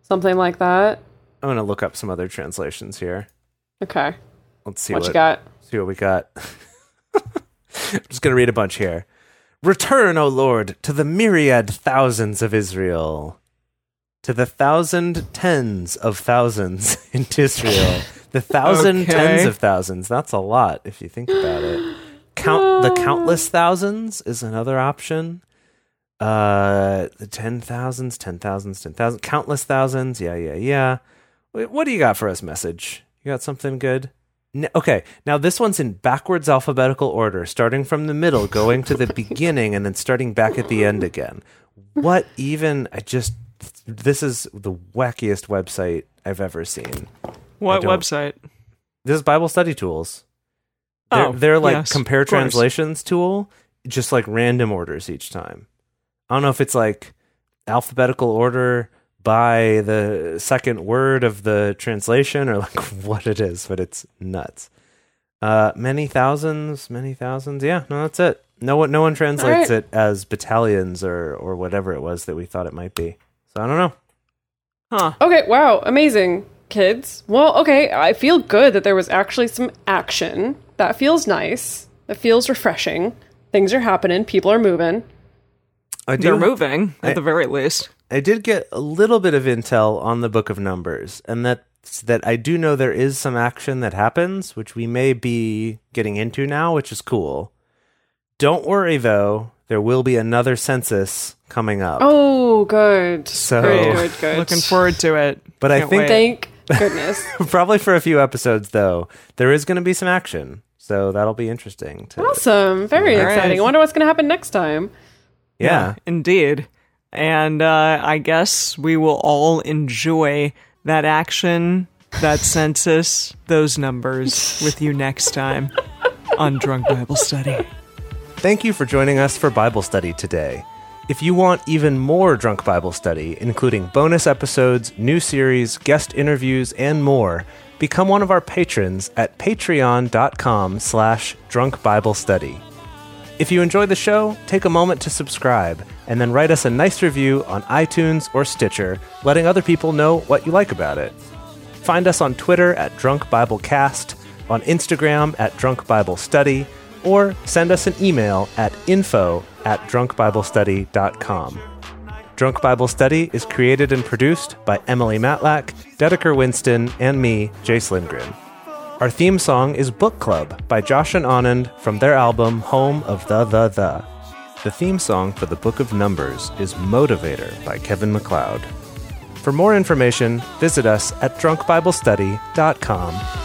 Speaker 4: something like that.
Speaker 3: I'm gonna look up some other translations here.
Speaker 4: Okay,
Speaker 3: Let's see
Speaker 4: what,
Speaker 3: what,
Speaker 4: you got?
Speaker 3: see what we got. I'm just going to read a bunch here. Return, O Lord, to the myriad thousands of Israel, to the thousand tens of thousands in Israel, the thousand
Speaker 2: Okay.
Speaker 3: tens of thousands. That's a lot if you think about it. Count the countless thousands is another option. Uh, the ten thousands, ten thousands, ten thousand, countless thousands. Yeah, yeah, yeah. Wait, What do you got for us, message? You got something good? N okay, now this one's in backwards alphabetical order, starting from the middle, going to the beginning, and then starting back at the end again. What even? I just. This is the wackiest website I've ever seen.
Speaker 2: What
Speaker 3: don't-
Speaker 2: website?
Speaker 3: This is Bible Study Tools. They're,
Speaker 2: Oh,
Speaker 3: they're like
Speaker 2: yes,
Speaker 3: compare
Speaker 2: of course.
Speaker 3: translations tool, just like random orders each time. I don't know if it's like alphabetical order by the second word of the translation or like what it is, but it's nuts. Uh, many thousands, many thousands. Yeah, no, that's it. No one, no one translates
Speaker 4: right.
Speaker 3: it as battalions or or whatever it was that we thought it might be. So I don't know.
Speaker 2: Huh.
Speaker 4: Okay, wow, amazing, kids. Well, okay, I feel good that there was actually some action. That feels nice. That feels refreshing. Things are happening, people are moving.
Speaker 3: I
Speaker 2: They're
Speaker 3: do-
Speaker 2: moving at
Speaker 3: I-
Speaker 2: the very least.
Speaker 3: I did get a little bit of intel on the Book of Numbers, and that's that I do know there is some action that happens, which we may be getting into now, which is cool. Don't worry though, there will be another census coming up.
Speaker 4: Oh, good.
Speaker 3: So-
Speaker 4: good, good, good.
Speaker 2: Looking forward to it.
Speaker 3: but I
Speaker 2: Can't
Speaker 3: think
Speaker 2: wait.
Speaker 4: Thank goodness.
Speaker 3: probably for a few episodes though, there is going to be some action, so that'll be interesting. To,
Speaker 4: awesome. Very
Speaker 2: All right.
Speaker 4: exciting. I wonder what's going to happen next time.
Speaker 3: yeah,
Speaker 2: Indeed. And uh, I guess we will all enjoy that action, that census, those numbers with you next time on Drunk Bible Study.
Speaker 3: Thank you for joining us for Bible study today. If you want even more Drunk Bible Study, including bonus episodes, new series, guest interviews, and more, become one of our patrons at patreon.com slash drunk Bible study. If you enjoy the show, take a moment to subscribe and then write us a nice review on iTunes or Stitcher, letting other people know what you like about it. Find us on Twitter at Drunk Bible Cast, on Instagram at Drunk Bible Study, or send us an email at info at drunkbiblestudy.com. Drunk Bible Study is created and produced by Emily Matlack, Dedeker Winston, and me, Jace Lindgren. Our theme song is Book Club by Josh and Anand from their album Home of the The The. The theme song for the Book of Numbers is Motivator by Kevin McLeod. For more information, visit us at drunkbiblestudy.com